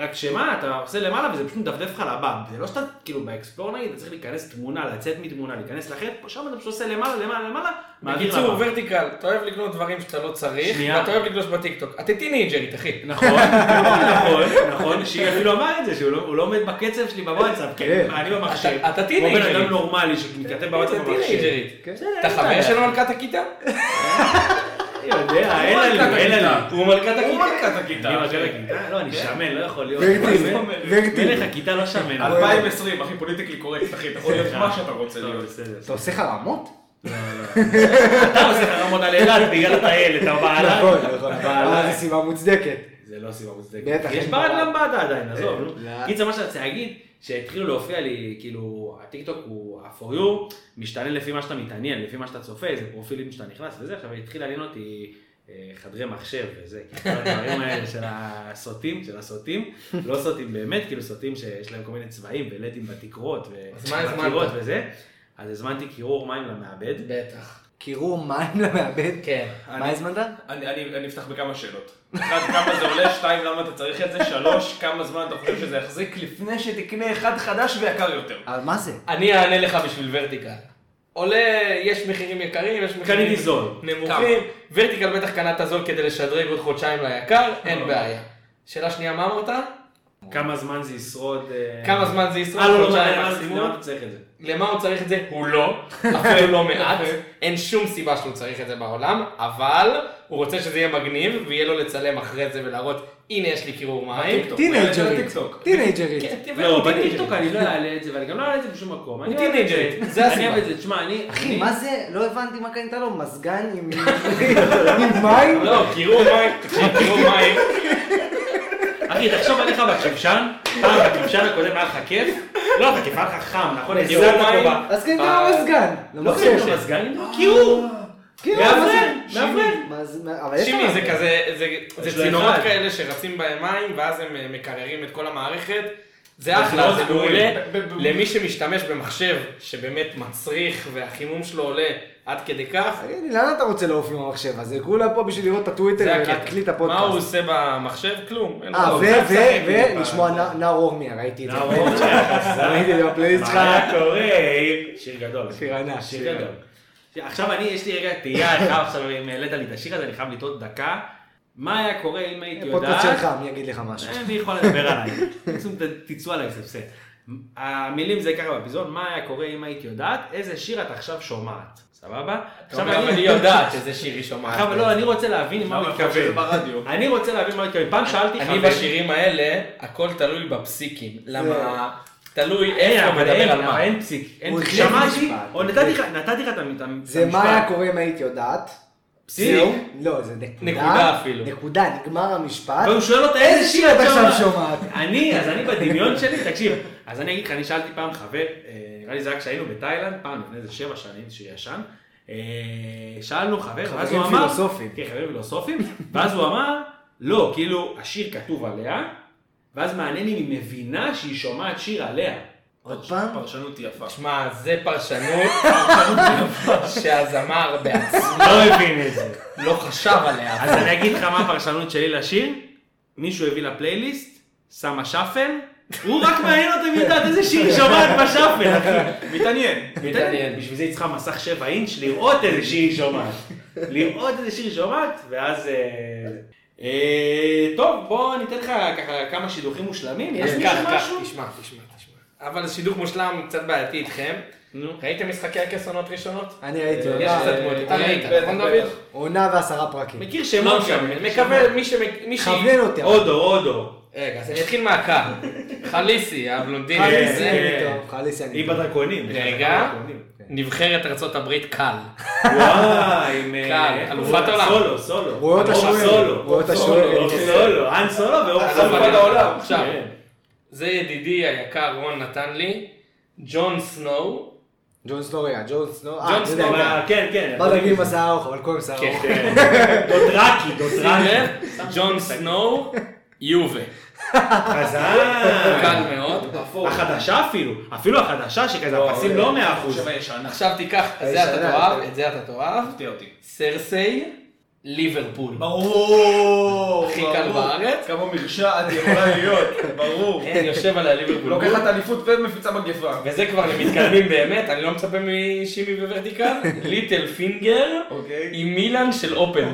[SPEAKER 2] רק שמה, אתה עושה למעלה וזה פשוט מדפדף לך לבאב. זה לא שאתה, כאילו, באקספלור נגיד, אתה צריך להיכנס תמונה, לצאת מתמונה, להיכנס לחטא, פה שם אתה פשוט עושה למעלה, למעלה, למעלה, מעביר
[SPEAKER 3] בקיצור,
[SPEAKER 2] לבאב.
[SPEAKER 3] ורטיקל, אתה אוהב לקנות דברים שאתה לא צריך,
[SPEAKER 2] שנייה.
[SPEAKER 3] ואתה אוהב לגלוש בטיקטוק. אתה טינג'רית, אחי.
[SPEAKER 2] נכון, נכון, נכון, שהיא אפילו אמר את זה, שהוא לא- הוא לא עומד בקצב שלי בוואטסאפ, כי
[SPEAKER 1] כן.
[SPEAKER 2] אני במחשב.
[SPEAKER 3] אתה- אתה
[SPEAKER 2] כמו בן
[SPEAKER 3] טינג'רית.
[SPEAKER 2] אדם נורמלי שמתכתב
[SPEAKER 3] אתה
[SPEAKER 2] בוואטסאפ במחשב.
[SPEAKER 3] טינג'רית.
[SPEAKER 1] כן.
[SPEAKER 3] אתה חבר של מלכת הכיתה?
[SPEAKER 2] אני יודע, אין
[SPEAKER 4] מלכת
[SPEAKER 2] עלי, אין
[SPEAKER 4] הכיתה.
[SPEAKER 2] עלי.
[SPEAKER 3] הוא מלכת
[SPEAKER 4] הוא
[SPEAKER 3] הכיתה.
[SPEAKER 4] מלכת הכיתה.
[SPEAKER 2] אני
[SPEAKER 4] אחי.
[SPEAKER 2] מגיע לכיתה? לא, אני שמן, לא יכול להיות.
[SPEAKER 1] ורטי,
[SPEAKER 2] מה זה?
[SPEAKER 1] ורטי.
[SPEAKER 2] מלך הכיתה לא שמן.
[SPEAKER 4] 2020, אחי, פוליטיקלי קורקט, אחי, אתה יכול להיות מה שאתה רוצה
[SPEAKER 2] טוב,
[SPEAKER 4] להיות.
[SPEAKER 2] בסדר.
[SPEAKER 1] אתה עושה חרמות?
[SPEAKER 2] אתה עושה חרמות על אילת בגלל הטיילת, הבעלה.
[SPEAKER 1] נכון, נכון.
[SPEAKER 2] הבעלה.
[SPEAKER 1] אבל זו סיבה מוצדקת.
[SPEAKER 2] זה לא סיבה מוצדקת.
[SPEAKER 1] בטח,
[SPEAKER 2] יש
[SPEAKER 1] אין
[SPEAKER 2] ברד
[SPEAKER 1] בעיה.
[SPEAKER 2] למבדה עדיין, עזוב. נו.
[SPEAKER 1] לא.
[SPEAKER 2] קיצר, מה שאני רוצה להגיד, שהתחילו להופיע לי, כאילו, הטיקטוק הוא ה-for you, משתנה לפי מה שאתה מתעניין, לפי מה שאתה צופה, איזה פרופילים שאתה נכנס וזה, עכשיו התחיל לעניין אותי אה, חדרי מחשב וזה, כאילו, כל הדברים האלה של הסוטים, של הסוטים, לא סוטים באמת, כאילו סוטים שיש להם כל מיני צבעים ולדים בתקרות,
[SPEAKER 3] אז מה הזמנת?
[SPEAKER 2] ובקירות וזה. אז הזמנתי קירור מים למעבד.
[SPEAKER 3] בטח.
[SPEAKER 1] קירור מים למעבד?
[SPEAKER 3] כן.
[SPEAKER 1] מה הזמנת?
[SPEAKER 4] אני- אני אני אפתח בכמה שאלות. אחד, כמה זה עולה, שתיים, למה אתה צריך את זה, שלוש, כמה זמן אתה חושב שזה יחזיק לפני שתקנה אחד חדש ויקר יותר.
[SPEAKER 1] אבל מה זה?
[SPEAKER 3] אני אענה לך בשביל ורטיקל. עולה, יש מחירים יקרים, יש מחירים
[SPEAKER 2] קניתי זול.
[SPEAKER 3] נמוכים. ורטיקל בטח קנה את הזול כדי לשדרג עוד חודשיים ליקר,
[SPEAKER 2] לא.
[SPEAKER 3] אין בעיה. שאלה שנייה, מה אמרת?
[SPEAKER 2] כמה זמן זה ישרוד? אה,
[SPEAKER 3] כמה זמן זה ישרוד?
[SPEAKER 2] אה, לא, לא, לא,
[SPEAKER 3] חודשיים
[SPEAKER 2] למה
[SPEAKER 3] מקסימום?
[SPEAKER 2] למה אתה צריך את זה?
[SPEAKER 3] למה הוא צריך את זה? הוא לא, אפילו לא מעט, אין שום סיבה שהוא צריך את זה בעולם, אבל הוא רוצה שזה יהיה מגניב, ויהיה לו לצלם אחרי זה ולהראות, הנה יש לי קירור מים.
[SPEAKER 4] טיקטוק, הוא העלה את
[SPEAKER 1] טינג'רית.
[SPEAKER 4] זה לטיקטוק.
[SPEAKER 3] כן.
[SPEAKER 1] טינג'רית.
[SPEAKER 2] לא, בטיקטוק אני לא אעלה את זה, ואני גם לא אעלה את זה בשום מקום. אני אוהב את
[SPEAKER 3] טינג'ר,
[SPEAKER 2] זה.
[SPEAKER 3] זה
[SPEAKER 2] אני
[SPEAKER 3] הסיבה.
[SPEAKER 2] אוהב את זה, תשמע, אני...
[SPEAKER 1] אחי,
[SPEAKER 2] אני-
[SPEAKER 1] מה זה? לא הבנתי מה קנית לו, מזגן עם עם מים?
[SPEAKER 3] לא, קירור מים, תקשיב, קירור מים,
[SPEAKER 2] אחי, תחשוב עליך בכבשן, פעם בכבשן הקודם היה לך כיף, לא היה לך כיף, היה לך חם, נכון?
[SPEAKER 3] קירור
[SPEAKER 2] הזלת
[SPEAKER 3] מים.
[SPEAKER 2] פה ב-
[SPEAKER 1] אז קנית לו מזגן.
[SPEAKER 2] לא
[SPEAKER 1] למחשב.
[SPEAKER 2] חייב למזגן, קירור.
[SPEAKER 1] כאילו,
[SPEAKER 2] מאוורר,
[SPEAKER 1] מה זה?
[SPEAKER 2] מאוורר.
[SPEAKER 1] שימי, מה זה- מה- אבל יש
[SPEAKER 3] שימי
[SPEAKER 1] עליו.
[SPEAKER 3] זה כזה, זה-
[SPEAKER 2] יש
[SPEAKER 3] זה
[SPEAKER 2] לו
[SPEAKER 3] צינורות
[SPEAKER 2] אחד.
[SPEAKER 3] כאלה שרצים בהם מים, ואז הם אה, מקררים את כל המערכת, זה
[SPEAKER 2] זה
[SPEAKER 3] אחלה,
[SPEAKER 2] לא
[SPEAKER 3] זה
[SPEAKER 2] סגורים.
[SPEAKER 3] מעולה,
[SPEAKER 4] ב- ב- ב-
[SPEAKER 3] למי שמשתמש במחשב שבאמת מצריך, והחימום שלו עולה עד כדי כך,
[SPEAKER 1] תגיד לי, לאן אתה רוצה לעוף עם המחשב הזה? כולם פה בשביל לראות את הטוויטר
[SPEAKER 3] זה הקטע.
[SPEAKER 1] ולהקליט את
[SPEAKER 3] מה הוא
[SPEAKER 1] הפודקאסט.
[SPEAKER 3] עושה במחשב? כלום. אין לו לא,
[SPEAKER 1] אה,
[SPEAKER 3] כלום.
[SPEAKER 1] ו-
[SPEAKER 3] זה
[SPEAKER 1] ו-
[SPEAKER 3] משחק
[SPEAKER 1] ו-
[SPEAKER 3] עם
[SPEAKER 1] ולשמוע
[SPEAKER 3] פעם.
[SPEAKER 1] נא- נא אורמיה, ראיתי את זה.
[SPEAKER 2] נא אורמיה, חזק.
[SPEAKER 1] ראיתי את זה בפלייס שלך.
[SPEAKER 2] מה היה קורה? שיר גדול.
[SPEAKER 1] שיר ענק, שיר
[SPEAKER 2] שיר גדול. עכשיו אני, יש לי רגע תהייה, אני חייב עכשיו, אם העלית לי את השיר הזה, אני חייב לטעות דקה. מה היה קורה אם הייתי
[SPEAKER 1] פודקאסט
[SPEAKER 2] יודעת...
[SPEAKER 1] שלך, מי יגיד לך משהו?
[SPEAKER 2] אני יכול לדבר עליי, מקסימום ת- תצאו עליי סבסד. המילים זה ככה בפיזון, מה היה קורה אם היית יודעת, איזה שיר את עכשיו שומעת, סבבה?
[SPEAKER 3] אתה
[SPEAKER 2] עכשיו
[SPEAKER 3] אומר, אבל
[SPEAKER 2] אני,
[SPEAKER 3] היא יודעת איזה שיר היא שומעת.
[SPEAKER 2] עכשיו לא, אני רוצה להבין מה הוא התכוון.
[SPEAKER 4] ברדיו.
[SPEAKER 2] אני רוצה להבין מה הוא התכוון, פעם שאלתי
[SPEAKER 3] אני בשירים האלה, הכל תלוי בפסיקים. למה? תלוי
[SPEAKER 2] אין,
[SPEAKER 3] איפה הוא
[SPEAKER 2] אבל
[SPEAKER 3] מדבר
[SPEAKER 2] אין,
[SPEAKER 3] על
[SPEAKER 2] אבל
[SPEAKER 3] מה.
[SPEAKER 2] אין פסיק, אין
[SPEAKER 1] הוא
[SPEAKER 2] פסיק.
[SPEAKER 1] החליף
[SPEAKER 2] שמעתי,
[SPEAKER 1] משפט.
[SPEAKER 2] או נתתי לך נתתי לך את המ- את המשפט.
[SPEAKER 1] זה מה היה קורה אם היית יודעת.
[SPEAKER 2] פסיק.
[SPEAKER 1] זהו. לא, זה נקודה.
[SPEAKER 3] נקודה אפילו.
[SPEAKER 1] נקודה, נגמר המשפט.
[SPEAKER 2] והוא שואל אותה
[SPEAKER 1] איזה
[SPEAKER 2] איזה
[SPEAKER 1] שיר
[SPEAKER 2] שיר
[SPEAKER 1] את
[SPEAKER 2] אתה
[SPEAKER 1] עכשיו
[SPEAKER 2] שומעת?"
[SPEAKER 1] שומעת?
[SPEAKER 2] אני, אז אני בדמיון שלי, תקשיב, אז אני אגיד לך, אני שאלתי פעם חבר, אה, נראה לי זה היה כשהיינו בתאילנד, פעם לפני איזה שבע שנים שישן, אה, שאלנו חבר, ואז
[SPEAKER 1] חברים
[SPEAKER 2] הוא אמר,
[SPEAKER 1] פילוסופים.
[SPEAKER 2] כן, חברים פילוסופים, ואז הוא אמר, לא, כאילו, השיר כתוב עליה, ואז מעניין אם היא מבינה שהיא שומעת שיר עליה.
[SPEAKER 1] עוד פעם?
[SPEAKER 4] פרשנות יפה.
[SPEAKER 3] שמע, זה פרשנות שהזמר בעצמו
[SPEAKER 2] לא מבין את זה.
[SPEAKER 3] לא חשב עליה.
[SPEAKER 2] אז אני אגיד לך מה הפרשנות שלי לשיר, מישהו הביא לפלייליסט, שמה שפל, הוא רק מעניין אותם לדעת איזה שיר שומעת בשפל, אחי.
[SPEAKER 4] מתעניין.
[SPEAKER 3] מתעניין.
[SPEAKER 2] בשביל זה היא צריכה מסך 7 אינץ' לראות איזה שיר היא שומעת. לראות איזה שיר היא שומעת, ואז... אה, אה, טוב, בוא ניתן לך ככה כמה שידוכים מושלמים, יש
[SPEAKER 3] אז כן.
[SPEAKER 2] מישהו
[SPEAKER 3] כך, כך,
[SPEAKER 2] משהו?
[SPEAKER 3] תשמע, תשמע, תשמע. אבל שידוך מושלם קצת בעייתי איתכם.
[SPEAKER 2] נו.
[SPEAKER 3] ראיתם משחקי הכסונות ראשונות?
[SPEAKER 1] אני
[SPEAKER 2] אה,
[SPEAKER 1] ראיתי
[SPEAKER 3] יש
[SPEAKER 1] עונה.
[SPEAKER 3] לזה תמונה. אתה ראית,
[SPEAKER 4] בטח,
[SPEAKER 3] נכון
[SPEAKER 4] בטח.
[SPEAKER 3] דוד?
[SPEAKER 1] עונה ועשרה פרקים.
[SPEAKER 2] מכיר
[SPEAKER 3] לא
[SPEAKER 2] שמות שם,
[SPEAKER 3] משנה, מקווה, מי שמ...
[SPEAKER 1] כוון אותי.
[SPEAKER 2] אודו, אודו.
[SPEAKER 3] רגע, אז אני אתחיל מהקו. חליסי, הבלונדינית.
[SPEAKER 1] חליסי
[SPEAKER 2] אה,
[SPEAKER 1] אני
[SPEAKER 2] אה,
[SPEAKER 1] טוב, חליסי אני
[SPEAKER 2] היא
[SPEAKER 1] טוב.
[SPEAKER 2] בדרקונים.
[SPEAKER 3] רגע.
[SPEAKER 2] בדרקונים.
[SPEAKER 3] נבחרת ארצות הברית קל.
[SPEAKER 2] וואי, עם... אה,
[SPEAKER 3] קל,
[SPEAKER 2] איך
[SPEAKER 3] אלופת
[SPEAKER 2] הוא-
[SPEAKER 3] העולם.
[SPEAKER 2] סולו, סולו.
[SPEAKER 1] רואה אותה
[SPEAKER 2] אור
[SPEAKER 1] שוערת,
[SPEAKER 2] סולו.
[SPEAKER 1] רואה אותה
[SPEAKER 2] אור
[SPEAKER 1] שוערת.
[SPEAKER 2] אור סולו, אן סולו ואור
[SPEAKER 3] אלופת
[SPEAKER 2] סולו.
[SPEAKER 3] העולם. עכשיו.
[SPEAKER 2] כן.
[SPEAKER 3] זה ידידי היקר רון נתן לי, ג'ון סנואו,
[SPEAKER 1] ג'ון סנוריה, ג'ון סנור... אה,
[SPEAKER 3] ג'ון
[SPEAKER 1] אני יודע,
[SPEAKER 3] סנור,
[SPEAKER 1] אני יודע.
[SPEAKER 2] אבל- כן, כן.
[SPEAKER 1] בא להגיד עם השיער ארוך, אבל קודם שיער
[SPEAKER 3] כן.
[SPEAKER 1] ארוך.
[SPEAKER 2] כן. דודרקי, דודרקי.
[SPEAKER 3] אה, ג'ון סנואו, יובה.
[SPEAKER 2] חזק.
[SPEAKER 3] קל מאוד.
[SPEAKER 2] החדשה אפילו, אפילו החדשה שכזה, הפסים לא מאה אחוז.
[SPEAKER 4] שווה ישנה.
[SPEAKER 3] עכשיו תיקח, את זה אתה
[SPEAKER 1] הישנה,
[SPEAKER 3] תאהב,
[SPEAKER 1] אתה-
[SPEAKER 4] אוקיי.
[SPEAKER 3] את זה אתה תאהב,
[SPEAKER 4] הפתיע אותי.
[SPEAKER 3] סרסיי, ליברפול.
[SPEAKER 4] ברור.
[SPEAKER 3] הכי קל
[SPEAKER 4] ברור.
[SPEAKER 3] בארץ.
[SPEAKER 4] כמה מרשעת היא יכולה להיות, ברור.
[SPEAKER 3] כן, יושב עליה ליברפול.
[SPEAKER 4] לוקחת אליפות ומפיצה מגפה.
[SPEAKER 3] וזה כבר למתקדמים באמת, אני לא מצפה משימי וורטיקל, ליטל פינגר
[SPEAKER 4] אוקיי.
[SPEAKER 3] עם מילאן של אופן.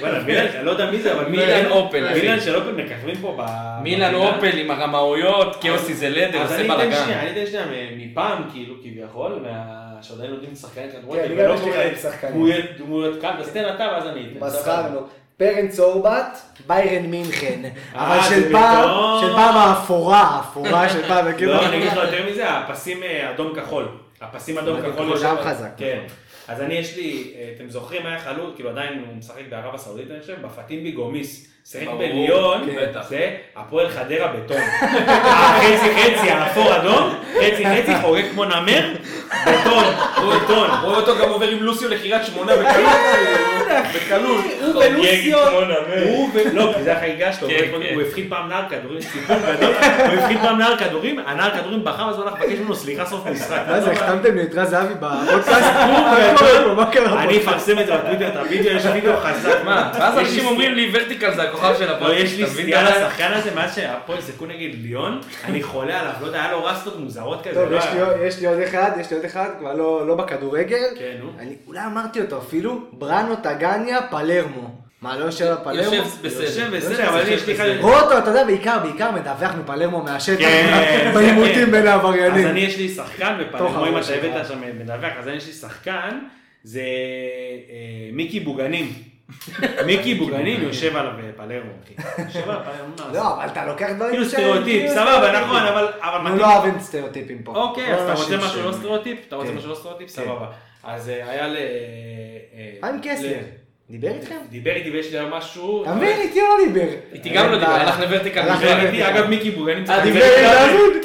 [SPEAKER 2] וואלה, מילן, אני לא יודע מי זה, אבל
[SPEAKER 3] מילן אופל, אחי.
[SPEAKER 2] מילן של אופל מככבים פה ב...
[SPEAKER 3] מילאן
[SPEAKER 2] בפינה.
[SPEAKER 3] אופל עם הרמאויות, כאוסי זה לדר,
[SPEAKER 2] אז
[SPEAKER 3] עושה
[SPEAKER 2] אני אתן
[SPEAKER 3] בלאגן.
[SPEAKER 2] שנייה, אני אתן שנייה מ- מפעם, כאילו, כביכול, מה- שעדיין לומדים שחקנים
[SPEAKER 1] כן,
[SPEAKER 2] כדורגל,
[SPEAKER 1] אני גם יש לי חיים שחקנים.
[SPEAKER 2] דמויות- דמויות קאט, אז תן אתה ואז אני אתן. סבבה.
[SPEAKER 1] מסחרנו. פרן צורבת, ביירן מינכן. אבל
[SPEAKER 2] אה, זה
[SPEAKER 1] של פעם,
[SPEAKER 2] פתאום.
[SPEAKER 1] של פעם האפורה, האפורה של פעם, וכאילו...
[SPEAKER 2] לא, אני אגיד לך יותר מזה, הפסים אה, אדום כחול. הפסים אדום
[SPEAKER 1] אדום
[SPEAKER 2] כחול.
[SPEAKER 1] כחול
[SPEAKER 2] יושב-
[SPEAKER 1] גם חזק.
[SPEAKER 2] כן. אז אני יש לי, אה, אתם זוכרים, היה חלוץ, כאילו עדיין הוא משחק בערב הסעודית, אני חושב, בפטין ביגומיס. שיחק
[SPEAKER 4] ברור,
[SPEAKER 2] בליון,
[SPEAKER 4] כן. בטח.
[SPEAKER 2] זה הפועל חדרה בטון. אה, חצי חצי, האפור אדום, חצי חצי, חוגג כמו נמר, בטון, בטון.
[SPEAKER 4] רואה אותו גם עובר עם לוסיו לקריית שמונה בקלות. בקלות.
[SPEAKER 2] הוא ולוסיו, הוא ו... לא, כי זה החגיגה שלו,
[SPEAKER 3] כן,
[SPEAKER 2] הוא-
[SPEAKER 3] כן.
[SPEAKER 2] הוא הפחיד פעם נער כדורים, סיפור גדול, הוא הפחיד פעם נער כדורים, הנער כדורים בחר, אז הוא הלך לבקש ממנו סליחה סוף משחק.
[SPEAKER 1] מה אה, זה, החתמתם לי את רז זהבי בפודקאסט?
[SPEAKER 2] גדול.
[SPEAKER 1] מה קורה פה? מה קרה פה?
[SPEAKER 2] אני אפרסם את זה בטוויטר, את הוידאו, יש וידאו חזק.
[SPEAKER 3] מה, ואז
[SPEAKER 2] יש לי
[SPEAKER 3] אנשים אומרים לי וורטיקל זה הכוכב של
[SPEAKER 2] לא, יש
[SPEAKER 3] הפרק,
[SPEAKER 2] לי
[SPEAKER 3] אתה מבין?
[SPEAKER 2] סטייה לשחקן הזה, מאז שהפועל שיחקו נגד ליון, אני חולה עליו, לא יודע, היה לו רסטות מוזרות כזה.
[SPEAKER 1] טוב,
[SPEAKER 2] לא
[SPEAKER 1] יש
[SPEAKER 2] היה-
[SPEAKER 1] לי עוד- יש לי עוד אחד, יש לי עוד אחד, כבר לא לא בכדורגל.
[SPEAKER 2] כן, נו.
[SPEAKER 1] אני אולי אמרתי אותו אפילו, בראנו טגניה פלרמו. מה, לא יושב על פלרמו?
[SPEAKER 3] יושב בסדר.
[SPEAKER 2] יושב בסדר, אבל אני יש לי אחד...
[SPEAKER 1] רוטו, אתה יודע, בעיקר, בעיקר מדווח מפלרמו מהשטח,
[SPEAKER 2] כן, זה
[SPEAKER 1] בעימותים
[SPEAKER 2] כן.
[SPEAKER 1] בין
[SPEAKER 2] אז אני
[SPEAKER 1] העבריינים.
[SPEAKER 2] יש לי שחקן
[SPEAKER 1] תוך
[SPEAKER 2] בפלרמו, אם
[SPEAKER 1] הראש
[SPEAKER 2] אתה
[SPEAKER 1] שלך.
[SPEAKER 2] הבאת שם מדווח, אז אני יש לי שחקן, זה אה, מיקי בוגנים. מיקי בוגנים יושב עליו בפלרמו, אחי. יושב עליו פלרמו. מה זה?
[SPEAKER 1] לא, אבל אתה לוקח דברים
[SPEAKER 2] כאילו
[SPEAKER 1] שהם-
[SPEAKER 2] סטריאוטיפ,
[SPEAKER 1] כאילו
[SPEAKER 2] סבבה, נכון, אבל... אבל
[SPEAKER 1] אנחנו
[SPEAKER 2] מתאים
[SPEAKER 1] לא אוהבים סטריאוטיפים פה.
[SPEAKER 2] אוקיי,
[SPEAKER 1] לא
[SPEAKER 2] אז אתה
[SPEAKER 1] אנשים
[SPEAKER 2] רוצה משהו
[SPEAKER 1] שהם-
[SPEAKER 2] לא סטריאוטיפ? אתה רוצה
[SPEAKER 1] כן.
[SPEAKER 2] משהו לא סטריאוטיפ?
[SPEAKER 1] כן.
[SPEAKER 2] סבבה. אז אה, היה ל... אה,
[SPEAKER 1] חיים קסלר,
[SPEAKER 2] ל-
[SPEAKER 1] דיבר איתכם?
[SPEAKER 2] דיבר איתי ויש לי היום משהו...
[SPEAKER 1] אתה מבין, איתי הוא לא דיבר. אה,
[SPEAKER 3] איתי גם לא דיבר, הלך לוורטיקל.
[SPEAKER 1] הלך
[SPEAKER 2] דיבר
[SPEAKER 1] לוורטיקל.
[SPEAKER 2] איתי, אגב מיקי בוגנים
[SPEAKER 3] אה,
[SPEAKER 2] צחק-
[SPEAKER 1] דיבר איתי דוד.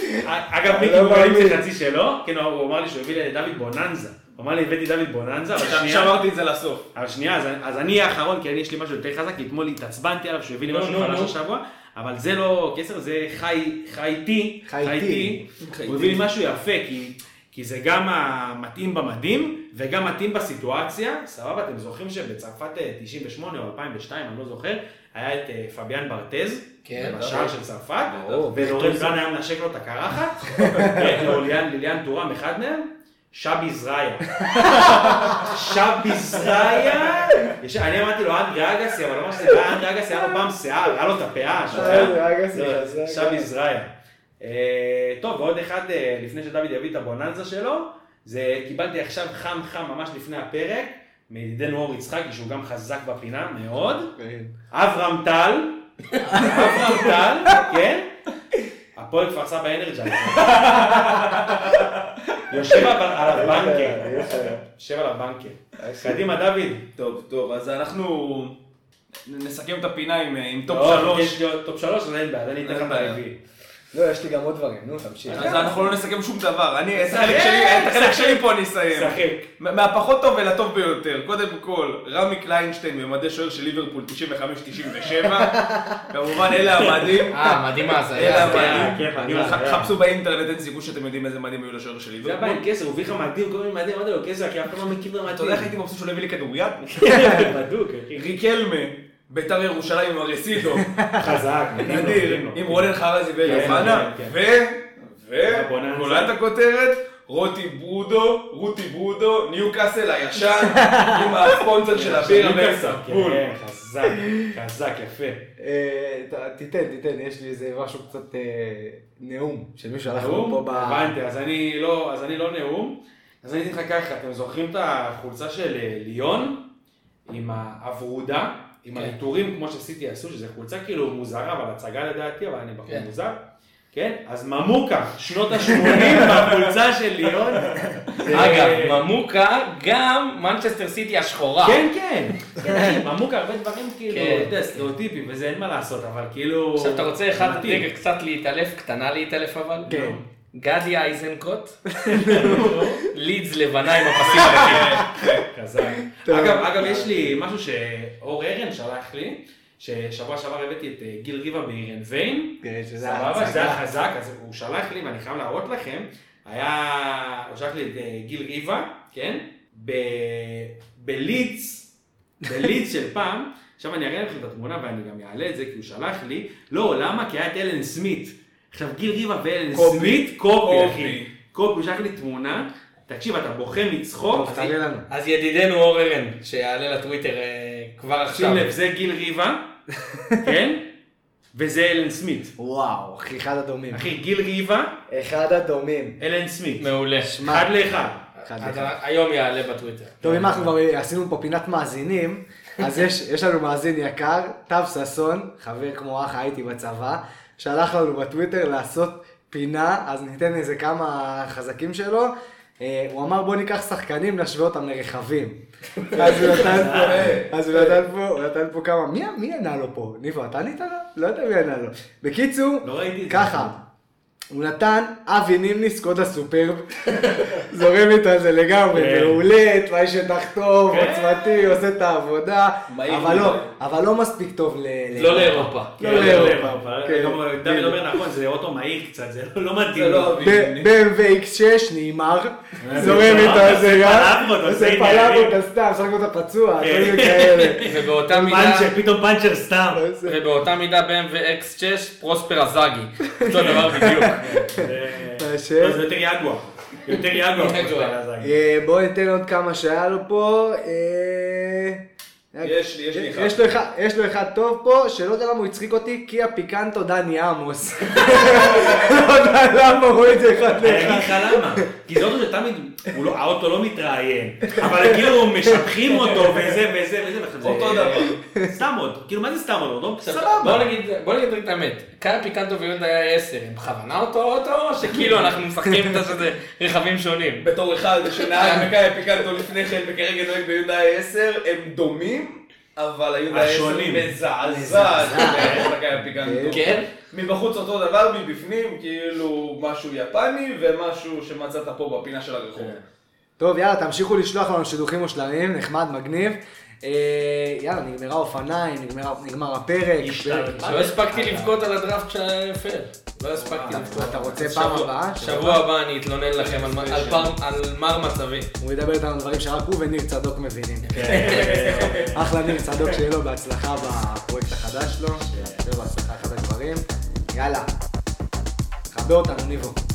[SPEAKER 2] אגב, מיקי
[SPEAKER 1] לא
[SPEAKER 2] בוגנים
[SPEAKER 1] מאמין.
[SPEAKER 2] זה חצי שלו, כן, הוא אמר לי שהוא הביא לי דוד בוננזה. הוא אמר לי, הבאתי דוד בוננזה, אבל שנייה,
[SPEAKER 4] שמרתי את זה לסוף.
[SPEAKER 2] אבל שנייה, אז אני- אז אני אהיה האחרון, כי אני יש לי משהו יותר חזק, כי אתמול התעצבנתי עליו שהוא הביא לי
[SPEAKER 1] לא,
[SPEAKER 3] נו,
[SPEAKER 2] משהו
[SPEAKER 3] נו,
[SPEAKER 2] חלש
[SPEAKER 3] נו.
[SPEAKER 2] השבוע, אבל זה לא קסר, זה חי, חייתי,
[SPEAKER 1] חייתי.
[SPEAKER 2] הוא הביא לי משהו יפה, כי... כי זה גם המתאים במדים, וגם מתאים בסיטואציה, סבבה? אתם זוכרים שבצרפת אה, 98 או 2002, אני לא זוכר, היה את אה, פביאן ברטז,
[SPEAKER 3] כן,
[SPEAKER 2] בשער
[SPEAKER 1] אוקיי.
[SPEAKER 2] של צרפת,
[SPEAKER 1] ברור.
[SPEAKER 2] ולורן זן היה מנשק לו את הקרחת, כן, לא, וליליאן טורם אחד מהם, שבי זרעיה. שבי זרעיה, יש- אני אמרתי לו אנדרי אגסי, אבל לא ממש זה היה אנדרי אגסי, היה לו פעם שיער, היה לו את הפאה, זוכר?
[SPEAKER 1] אנדרי אגסי,
[SPEAKER 2] אה, זה-
[SPEAKER 1] זה-
[SPEAKER 2] שבי זרעיה. אה, טוב, ועוד אחד, אה, לפני שדוד יביא את הבוננזה שלו, זה קיבלתי עכשיו חם חם ממש לפני הפרק, מידידנו אור יצחקי, שהוא גם חזק בפינה מאוד. אברהם טל, אברהם טל, כן? הפועל כפר סבא אנרג'ייזר. יושב על- על הבנקר, יושב על הבנקר. קדימה דוד.
[SPEAKER 4] טוב, טוב, אז אנחנו נסכם את הפינה עם- עם טופ
[SPEAKER 2] לא, לא,
[SPEAKER 4] שלוש.
[SPEAKER 2] יש לי עוד טופ שלוש, אז אין בעיה, אז אני אתן לך
[SPEAKER 4] אין
[SPEAKER 2] את
[SPEAKER 4] בעיה.
[SPEAKER 2] הרביעי.
[SPEAKER 1] לא, יש לי גם עוד דברים, נו, תמשיך.
[SPEAKER 4] אז אנחנו לא נסכם שום דבר. אני, את
[SPEAKER 2] שחק,
[SPEAKER 4] החלק שלי- את החלק
[SPEAKER 2] שחק.
[SPEAKER 4] שלי פה אני אסיים.
[SPEAKER 2] שחק.
[SPEAKER 4] מה- מהפחות טוב אל הטוב ביותר, קודם כל, רמי קליינשטיין במדי שוער של ליברפול 95-97, כמובן אלה המדים,
[SPEAKER 3] אה, מדהים
[SPEAKER 4] אלה
[SPEAKER 3] ההזיה.
[SPEAKER 1] אה,
[SPEAKER 2] היה,
[SPEAKER 4] המדים,
[SPEAKER 2] כן,
[SPEAKER 4] אני
[SPEAKER 2] היה,
[SPEAKER 4] אומר,
[SPEAKER 2] היה.
[SPEAKER 4] חפשו באינטרנט, אין סיכוי שאתם יודעים איזה מדים היו לשוער של
[SPEAKER 2] זה
[SPEAKER 4] ליברפול.
[SPEAKER 2] הבא עם כסר, הוא הביא לך מדהים, כל מיני מדהים, אמרתי לו כסר, כי אף אחד לא מכיר את המדהים.
[SPEAKER 4] אתה יודע איך הייתי מבסוט שהוא לא הביא לי כדוריד?
[SPEAKER 2] כן, בדוק, אחי.
[SPEAKER 4] ריקלמה, ביתר ירושלים עם ארסידו,
[SPEAKER 2] חזק, מדהים לו, מדהים
[SPEAKER 4] נדיר,
[SPEAKER 2] לו.
[SPEAKER 4] עם רונן חרזי
[SPEAKER 2] כן,
[SPEAKER 4] ויוחנה,
[SPEAKER 2] כן,
[SPEAKER 4] ו... ו...
[SPEAKER 2] הבוננזה.
[SPEAKER 4] גולת הכותרת, רוטי ברודו, רוטי ברודו, ניוקאסל הישן, עם הספונסר של הבירה
[SPEAKER 2] ניוקאסל,
[SPEAKER 4] באמצע.
[SPEAKER 2] כן,
[SPEAKER 4] בול.
[SPEAKER 2] חזק, חזק, יפה.
[SPEAKER 1] אה, ת- תיתן, תיתן, יש לי איזה משהו קצת אה, נאום, של מישהו הלך לנו פה
[SPEAKER 2] נאום?
[SPEAKER 1] ב...
[SPEAKER 2] הבנתי, אז אני לא, אז אני לא נאום. אז אני אגיד לך ככה, אתם זוכרים את החולצה של אה, ליון? עם הוורודה, עם
[SPEAKER 3] כן.
[SPEAKER 2] העיטורים כמו שסיטי עשו, שזו חולצה כאילו מוזרה, אבל הצגה לדעתי, אבל אני בחור
[SPEAKER 3] כן.
[SPEAKER 2] מוזר. כן? אז ממוקה, שנות ה-80 בחולצה של ליון. אה,
[SPEAKER 3] אגב, ממוקה, גם מנצ'סטר סיטי השחורה.
[SPEAKER 2] כן, כן. כן, אחי, ממוקה, הרבה דברים כאילו,
[SPEAKER 3] כן.
[SPEAKER 2] אתה יודע, סטריאוטיפים וזה, אין מה לעשות, אבל כאילו...
[SPEAKER 3] עכשיו אתה רוצה אחד
[SPEAKER 2] מתאים.
[SPEAKER 3] רגע קצת להתעלף, קטנה להתעלף אבל? לא.
[SPEAKER 1] כן. לא.
[SPEAKER 3] גדי איזנקוט, לידס לבנה עם הפסים הרכים.
[SPEAKER 2] כזה.
[SPEAKER 1] טוב.
[SPEAKER 2] אגב, אגב, יש לי משהו שאור ארן שלח לי, ששבוע שעבר הבאתי את אה, גיל ריבה באירן ויין,
[SPEAKER 1] כן, שזה
[SPEAKER 2] סבבה, שזה היה
[SPEAKER 1] הצגה.
[SPEAKER 2] חזק, אז הוא שלח לי, ואני חייב להראות לכם, היה, הוא שלח לי את אה, גיל ריבה, כן? ב- בלידס, בלידס של פעם, עכשיו אני אראה לכם את התמונה ואני גם אעלה את זה כי הוא שלח לי. לא, למה? כי היה את אלן סמית. עכשיו גיל ריבה ואלן
[SPEAKER 4] קופי.
[SPEAKER 2] סמית, קופי אחי.
[SPEAKER 4] קופי.
[SPEAKER 2] קופי, הוא שלח לי תמונה. תקשיב, אתה בוכה מצחוק.
[SPEAKER 1] טוב, תראה לנו.
[SPEAKER 3] אז ידידנו אור ארן, שיעלה לטוויטר אה, כבר עכשיו.
[SPEAKER 2] שים לב, זה גיל ריבה, כן? וזה אלן סמית.
[SPEAKER 1] וואו, אחי, אחד הדומים.
[SPEAKER 2] אחי, גיל ריבה,
[SPEAKER 1] אחד הדומים.
[SPEAKER 2] אלן סמית.
[SPEAKER 3] מעולה.
[SPEAKER 1] שמע,
[SPEAKER 2] אחד לאחד.
[SPEAKER 1] אחד
[SPEAKER 3] אז
[SPEAKER 1] לאחד.
[SPEAKER 3] היום יעלה בטוויטר.
[SPEAKER 1] טוב, אם אנחנו כבר עשינו פה פינת מאזינים, אז יש, יש לנו מאזין יקר, טב ששון, חבר כמו אח, הייתי בצבא, שלח לנו בטוויטר לעשות פינה, אז ניתן איזה כמה חזקים שלו. אה, הוא אמר בוא ניקח שחקנים, נשווה אותם לרכבים. אז הוא נתן
[SPEAKER 2] אה.
[SPEAKER 1] פה, אז הוא נתן פה, הוא נתן פה כמה, מי, מי ענה לו פה? ניבו, אתה ענית לו? לא יודע מי ענה לו. בקיצור,
[SPEAKER 2] לא ראיתי את זה.
[SPEAKER 1] ככה, הוא נתן אבי נימניס קודה סופרב, זורם איתו על זה לגמרי,
[SPEAKER 2] כן.
[SPEAKER 1] מעולה, תוואי שתחתום,
[SPEAKER 2] כן.
[SPEAKER 1] עוצמתי, עושה את העבודה,
[SPEAKER 4] מהיר
[SPEAKER 1] אבל לא,
[SPEAKER 4] מדי.
[SPEAKER 1] אבל לא מספיק טוב ל...
[SPEAKER 3] לא לאירופה.
[SPEAKER 1] לא לאירופה. כן.
[SPEAKER 2] כן. דוד אומר נכון, זה אוטו מהיר קצת, זה לא- לא מתאים.
[SPEAKER 4] זה לא
[SPEAKER 2] לו.
[SPEAKER 4] אבי.
[SPEAKER 1] ב- BMW X6 נאמר,
[SPEAKER 2] אה,
[SPEAKER 1] זורם איתו על זה
[SPEAKER 2] עושה
[SPEAKER 1] גם,
[SPEAKER 2] פלאבות, עושה
[SPEAKER 1] עושה
[SPEAKER 2] עניינים.
[SPEAKER 1] פלאבות סתם, שחק אותה פצוע, לא
[SPEAKER 2] כן.
[SPEAKER 1] דברים כאלה.
[SPEAKER 3] ובאותה מידה,
[SPEAKER 2] פאנצ'ר, פתאום פאנצ'ר סתם.
[SPEAKER 1] לא,
[SPEAKER 3] ובאותה מידה BMW X6 פרוספר אזאגי. אותו דבר בדיוק.
[SPEAKER 2] זה-
[SPEAKER 1] מאשר.
[SPEAKER 2] לא, זה יותר יגואר. יותר יגואר.
[SPEAKER 3] יגואר.
[SPEAKER 1] אה, בואו ניתן עוד כמה שהיה לו פה. אה,
[SPEAKER 4] יש לי- יש לי אחד.
[SPEAKER 1] יש לו אחד. יש לו אחד טוב פה, שלא יודע למה הוא הצחיק אותי, כי הפיקנטו דני עמוס. לא יודע למה הוא רואה את זה אחד
[SPEAKER 4] אה.
[SPEAKER 2] אני אגיד
[SPEAKER 1] לאחד.
[SPEAKER 2] לך למה, כי זה אוטו שתמיד, הוא לא- האוטו לא מתראיין, אבל כאילו משבחים אותו וזה וזה וזה, ועכשיו זה-
[SPEAKER 4] אותו דבר.
[SPEAKER 2] סתם אוטו, כאילו מה זה סתם אוטו, אוטו?
[SPEAKER 3] בוא
[SPEAKER 2] סבבה.
[SPEAKER 3] נגיד, בוא נגיד את האמת, קאיה פיקנטו ויונדאי היה 10, הם בכוונה אותו אוטו, או שכאילו אנחנו משחקים איתה שזה רכבים שונים.
[SPEAKER 4] בתור אחד
[SPEAKER 2] כן.
[SPEAKER 4] שנהג בקאיה פיקנטו לפני כן וכרגע נוהג ביודאי 10, הם דומים, אבל היודאי 10
[SPEAKER 2] השונים.
[SPEAKER 4] מזעזעת ביחס לקאיה פיקנטו.
[SPEAKER 3] כן?
[SPEAKER 4] מבחוץ אותו דבר, מבפנים כאילו משהו יפני ומשהו שמצאת פה בפינה של הרחוב.
[SPEAKER 2] כן.
[SPEAKER 1] טוב, יאללה, תמשיכו לשלוח לנו שידוכים מושלמים, נחמד, מגניב. אה, יאללה, נגמרה אופניים, נגמרה- נגמר הפרק.
[SPEAKER 2] השתלטה.
[SPEAKER 3] לא הספקתי לבכות על הדראפט של ה-NFL. לא הספקתי לבכות.
[SPEAKER 1] אתה רוצה
[SPEAKER 3] אז
[SPEAKER 1] פעם
[SPEAKER 3] שבוע-
[SPEAKER 1] הבאה?
[SPEAKER 3] שבוע הבא אני אתלונן לכם על מה- על פעם- על מר מצבי.
[SPEAKER 1] הוא ידבר איתנו על דברים שרק הוא וניר צדוק מבינים. אחלה ניר צדוק, שיהיה לו בהצלחה בפרויקט החדש שלו, שיהיה לו בהצלחה אחד הגברים. יאללה, חבר אותנו ניבו.